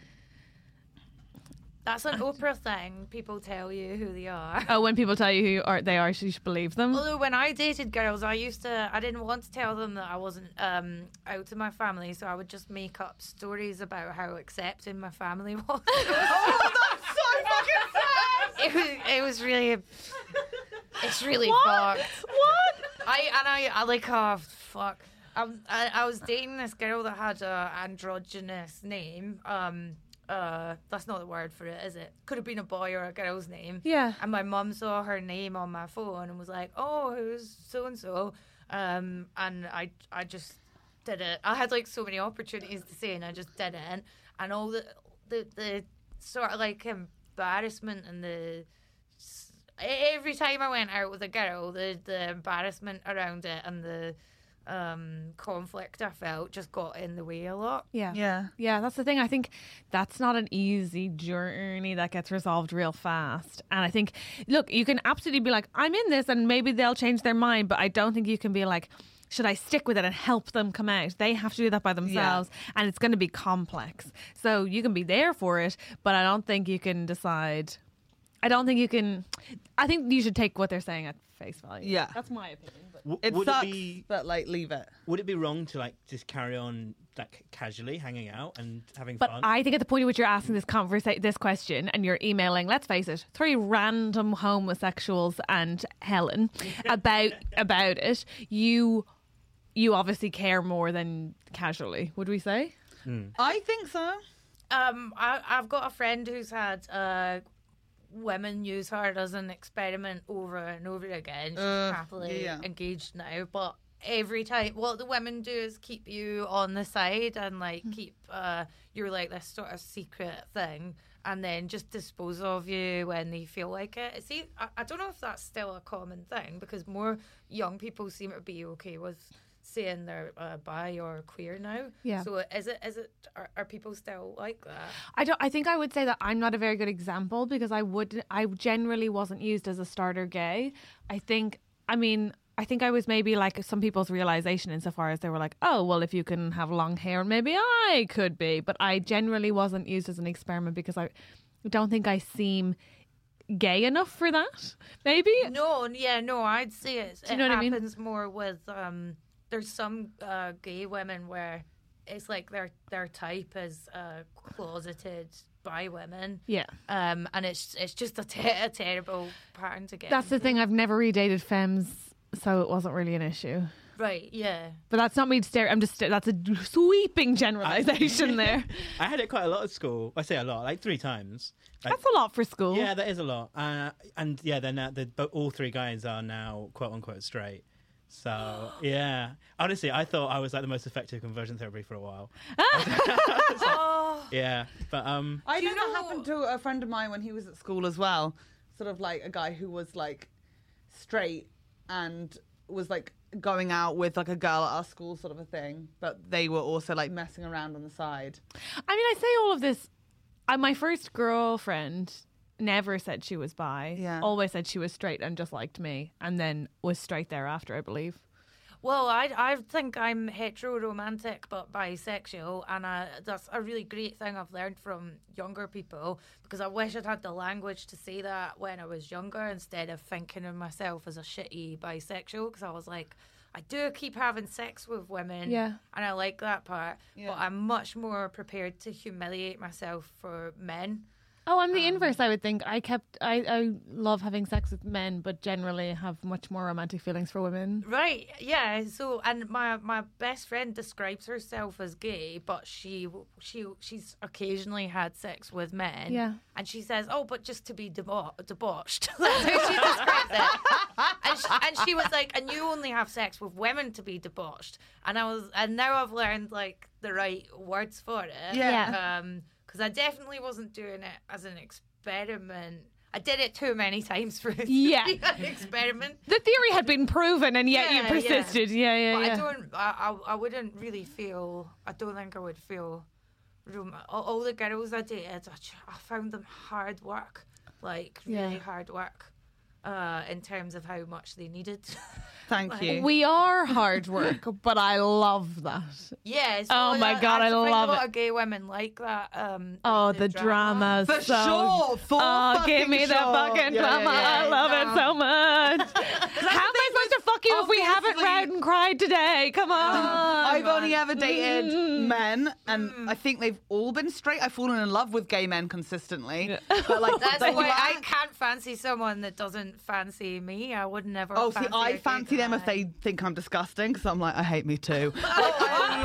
That's an Oprah thing. People tell you who they are. oh, when people tell you who you are they are, you should believe them. Although when I dated girls, I used to I didn't want to tell them that I wasn't um, out to my family, so I would just make up stories about how accepting my family was. oh, that's so fucking sad. It was, it was really, it's really fucked. What? I and I, I like oh fuck. Um, I, I was dating this girl that had a androgynous name. Um, uh, that's not the word for it, is it? Could have been a boy or a girl's name. Yeah. And my mum saw her name on my phone and was like, "Oh, who's so and so?" Um, and I, I just did it. I had like so many opportunities to say, and I just didn't. And all the, the, the sort of like embarrassment and the s- every time I went out with a girl, the the embarrassment around it and the um conflict I felt just got in the way a lot. Yeah. yeah. Yeah, that's the thing. I think that's not an easy journey that gets resolved real fast. And I think, look, you can absolutely be like, I'm in this, and maybe they'll change their mind, but I don't think you can be like, should I stick with it and help them come out? They have to do that by themselves, and it's going to be complex. So you can be there for it, but I don't think you can decide. I don't think you can. I think you should take what they're saying at face value. Yeah. That's my opinion. But. W- It would sucks, it be but like leave it. would it be wrong to like just carry on like casually hanging out and having But fun? I think at the point at which you're asking this conversa- this question and you're emailing, let's face it, three random homosexuals and Helen about about it, you you obviously care more than casually, would we say? I think so. Um, I, I've got a friend who's had uh, women use her as an experiment over and over again. She's happily Uh, yeah. engaged now, but every time, what the women do is keep you on the side and like keep uh, you're like this sort of secret thing. And then just dispose of you when they feel like it. See, I, I don't know if that's still a common thing because more young people seem to be okay with saying they're uh, bi or queer now. Yeah. So is it is it are, are people still like that? I don't. I think I would say that I'm not a very good example because I would. I generally wasn't used as a starter gay. I think. I mean. I think I was maybe like some people's realization insofar as they were like, oh, well, if you can have long hair, maybe I could be. But I generally wasn't used as an experiment because I don't think I seem gay enough for that. Maybe. No, n- yeah, no, I'd say it. you know it what I mean? happens more with um. There's some uh, gay women where it's like their their type is uh, closeted by women. Yeah. Um, and it's it's just a, te- a terrible pattern to get. That's the into. thing. I've never redated femmes, so it wasn't really an issue. right? Yeah. But that's not me to stare. I'm just. That's a sweeping generalization there. I had it quite a lot at school. I say a lot, like three times. Like, That's a lot for school. Yeah, that is a lot. Uh, and yeah, they're now, they're, but all three guys are now quote unquote straight. So yeah, honestly, I thought I was like the most effective conversion therapy for a while. yeah, but um, I know that happened to a friend of mine when he was at school as well. Sort of like a guy who was like straight and was like going out with like a girl at our school, sort of a thing. But they were also like messing around on the side. I mean, I say all of this. I, my first girlfriend never said she was bi. Yeah. Always said she was straight and just liked me, and then was straight thereafter, I believe. Well, I I think I'm hetero romantic but bisexual, and I, that's a really great thing I've learned from younger people because I wish I'd had the language to say that when I was younger instead of thinking of myself as a shitty bisexual because I was like. I do keep having sex with women, Yeah. and I like that part. But I'm much more prepared to humiliate myself for men. Oh, I'm the inverse. I would think I kept. I, I love having sex with men, but generally have much more romantic feelings for women. Right, yeah. So, and my my best friend describes herself as gay, but she she she's occasionally had sex with men. Yeah. and she says, "Oh, but just to be debau- debauched." That's how she describes it. And she, and she was like, "And you only have sex with women to be debauched." And I was, and now I've learned like the right words for it. Yeah. because I definitely wasn't doing it as an experiment. I did it too many times for it to Yeah. be an experiment. The theory had been proven, and yet you Yeah, yeah. persisted. Yeah, yeah, But yeah. I don't. I, I I wouldn't really feel. I don't think I would feel. Rom- all, all the girls I dated, I, ju- I found them hard work, like really Yeah. hard work, uh, in terms of how much they needed. Thank you. We are hard work, but I love that. yeah. so Oh my God, I think love a lot it. Of gay women like that. Um, Oh, the, drama. For so... sure, for oh, give fucking me the sure. fucking Yeah, drama. yeah, I yeah. love it so much. How am I supposed to fuck you if we haven't obviously- read and cried today? Come on. I've only ever dated Mm. men, and I think they've all been straight. I've fallen in love with gay men consistently, but like That's they why I lack- can't fancy someone that doesn't fancy me. I would never. Oh, see, fancy a I gay fancy them if guy. they think I'm disgusting because I'm like, I hate me too. Like, I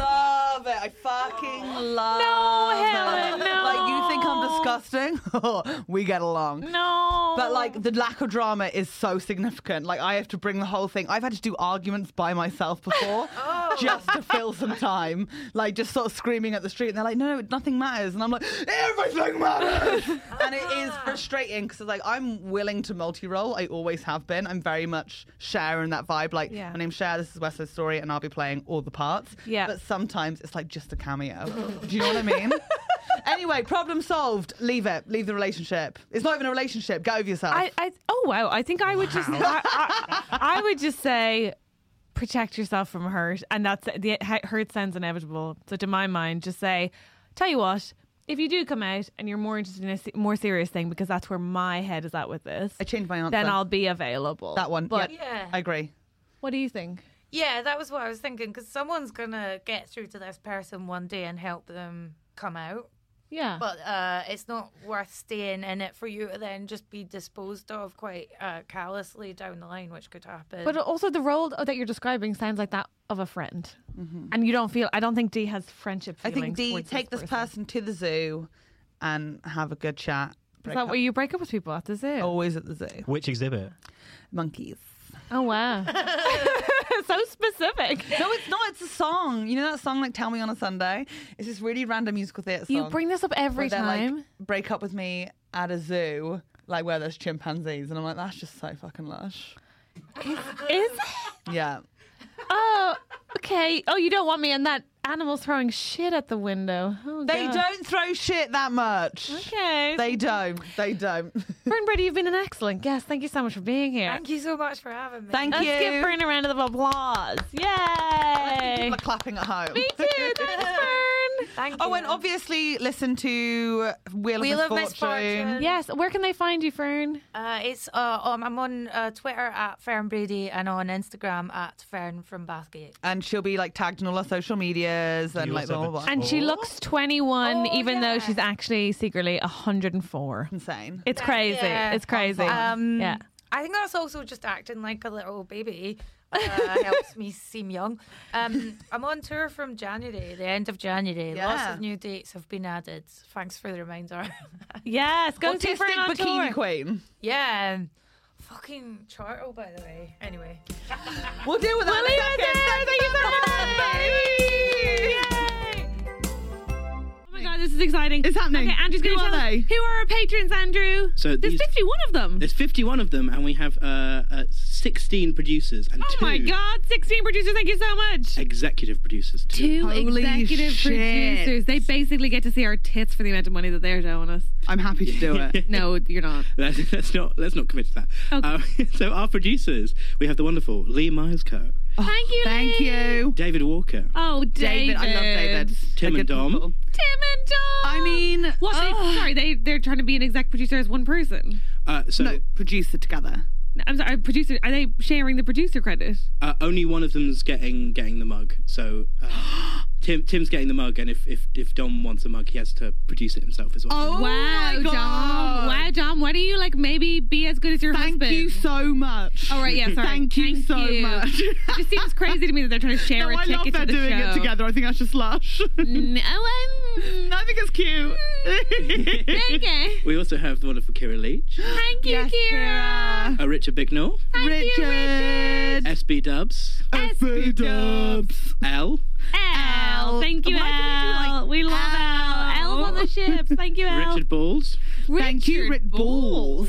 love it. I fucking love No, it. Helen, no. Like, you think I'm disgusting? we get along. No. But like the lack of drama is so significant. Like I have to bring the whole thing. I've had to do arguments by myself before Oh. just to fill some time. Like just sort of screaming at the street, and they're like, "No, no, nothing matters," and I'm like, "Everything matters," and it is frustrating because like I'm willing to multi-role. I always have been. I'm very much Cher in that vibe. Like Yeah. my name's Cher. This is West Side Story, and I'll be playing all the parts. Yeah. But sometimes it's like just a cameo. Do you know what I mean? Anyway, problem solved. Leave it. Leave the relationship. It's not even a relationship. Get over yourself. I, I oh wow! I think I would just I, I, I would just say protect yourself from hurt, and that's the hurt sounds inevitable. So to my mind, just say, tell you what, if you do come out and you're more interested in a se- more serious thing, because that's where my head is at with this. I changed my answer. Then I'll be available. that one. But yeah, Yeah. I agree. what do you think? Yeah, that was what I was thinking because someone's gonna get through to this person one day and help them come out. Yeah. But uh, it's not worth staying in it for you to then just be disposed of quite uh, callously down the line, which could happen. But uh, also the role that you're describing sounds like that of a friend, and you don't feel. I don't think Dee has friendship. Mm-hmm. I Feelings think D towards take this person. to the zoo and have a good chat. Is Break that up. where you break up with people at the zoo? Oh, always at the zoo? Which exhibit? Monkeys. Oh, wow, so specific. No, it's not. It's a song. You know that song, like "Tell Me on a Sunday." It's this really random musical theatre song. You bring this up where every they're time. Like, break up with me at a zoo, like where there's chimpanzees, and I'm like, that's just so fucking lush. Is Yeah. oh okay. Oh, you don't want me in that animal throwing shit at the window. Oh, They God. don't throw shit that much. Okay. They don't. They don't. Fern Brady, you've been an excellent guest. Thank you so much for being here. thank you so much for having me. Thank Let's you. give Fern a round of applause. People Yay! are clapping at home. Me too. Thanks, Fern. Thank Oh, you. and obviously listen to Wheel, Wheel of of Misfortune. Misfortune. Yes. Where can they find you, Fern? Uh, it's uh, um, I'm on uh, Twitter at Fern Brady and on Instagram at Fern from Bathgate. And she'll be like tagged in all our social medias and You like also blah have blah a blah. ch- And she Oh. looks 21, Oh, even though yeah. she's actually secretly 104. Insane. It's crazy. Yeah. It's crazy. Um, yeah. I think that's also just acting like a little baby. Uh, helps me seem young. Um, I'm on tour from January, the end of January. Lots Yeah. of new dates have been added. Thanks for the reminder. Yes. Go see Fern Autistic on tour. bikini queen. yeah. um, Fucking Chartle, by the way. Anyway. We'll deal with that. We'll leave it in a second. there. Thank you so Oh my god, this is exciting. It's happening. Okay, Andrew's going Who to are tell us- they? Who are our patrons, Andrew? So There's these- 51 of them. There's 51 of them, and we have uh, uh, 16 producers and Oh two my god, 16 producers, thank you so much. executive producers. Too. Two Holy executive shit. producers. They basically get to see our tits for the amount of money that they're showing us. I'm happy to do it. No, you're not. Let's, let's not let's not commit to that. Okay. Um, so our producers, we have the wonderful Lee Myers Co. Oh, Thank you. Thank Lee. you. David Walker, Oh, David. David. I love David. Tim A and good Dom. couple. Tim and Dom. I mean, uh, what? They, ugh. sorry, they they're trying to be an exec producer as one person. Uh, so No, producer together. No, I'm sorry, producer. Are they sharing the producer credit? uh, only one of them's getting getting the mug. So uh, Tim Tim's getting the mug, and if, if if Dom wants a mug, he has to produce it himself as well. Oh wow, my God. Dom. Wow, Dom. Why do you like maybe be as good as your Thank husband? you so much. All right, yeah, sorry. Thank you so you. much. it just seems crazy to me that they're trying to share No, a I love ticket to they're the doing show. it together. I think that's just lush. No, I'm I think it's cute. okay. We also have the wonderful Kira Leach, Thank you, Kira. uh, Richard Bignall, Thank you, Richard. SB Dubs, SB Dubs. L, Al. Thank you, Why do we do, like, Al. We love Al. Al? Al's on the ships. Thank you, Al. Richard Balls, Thank you, Rick Balls.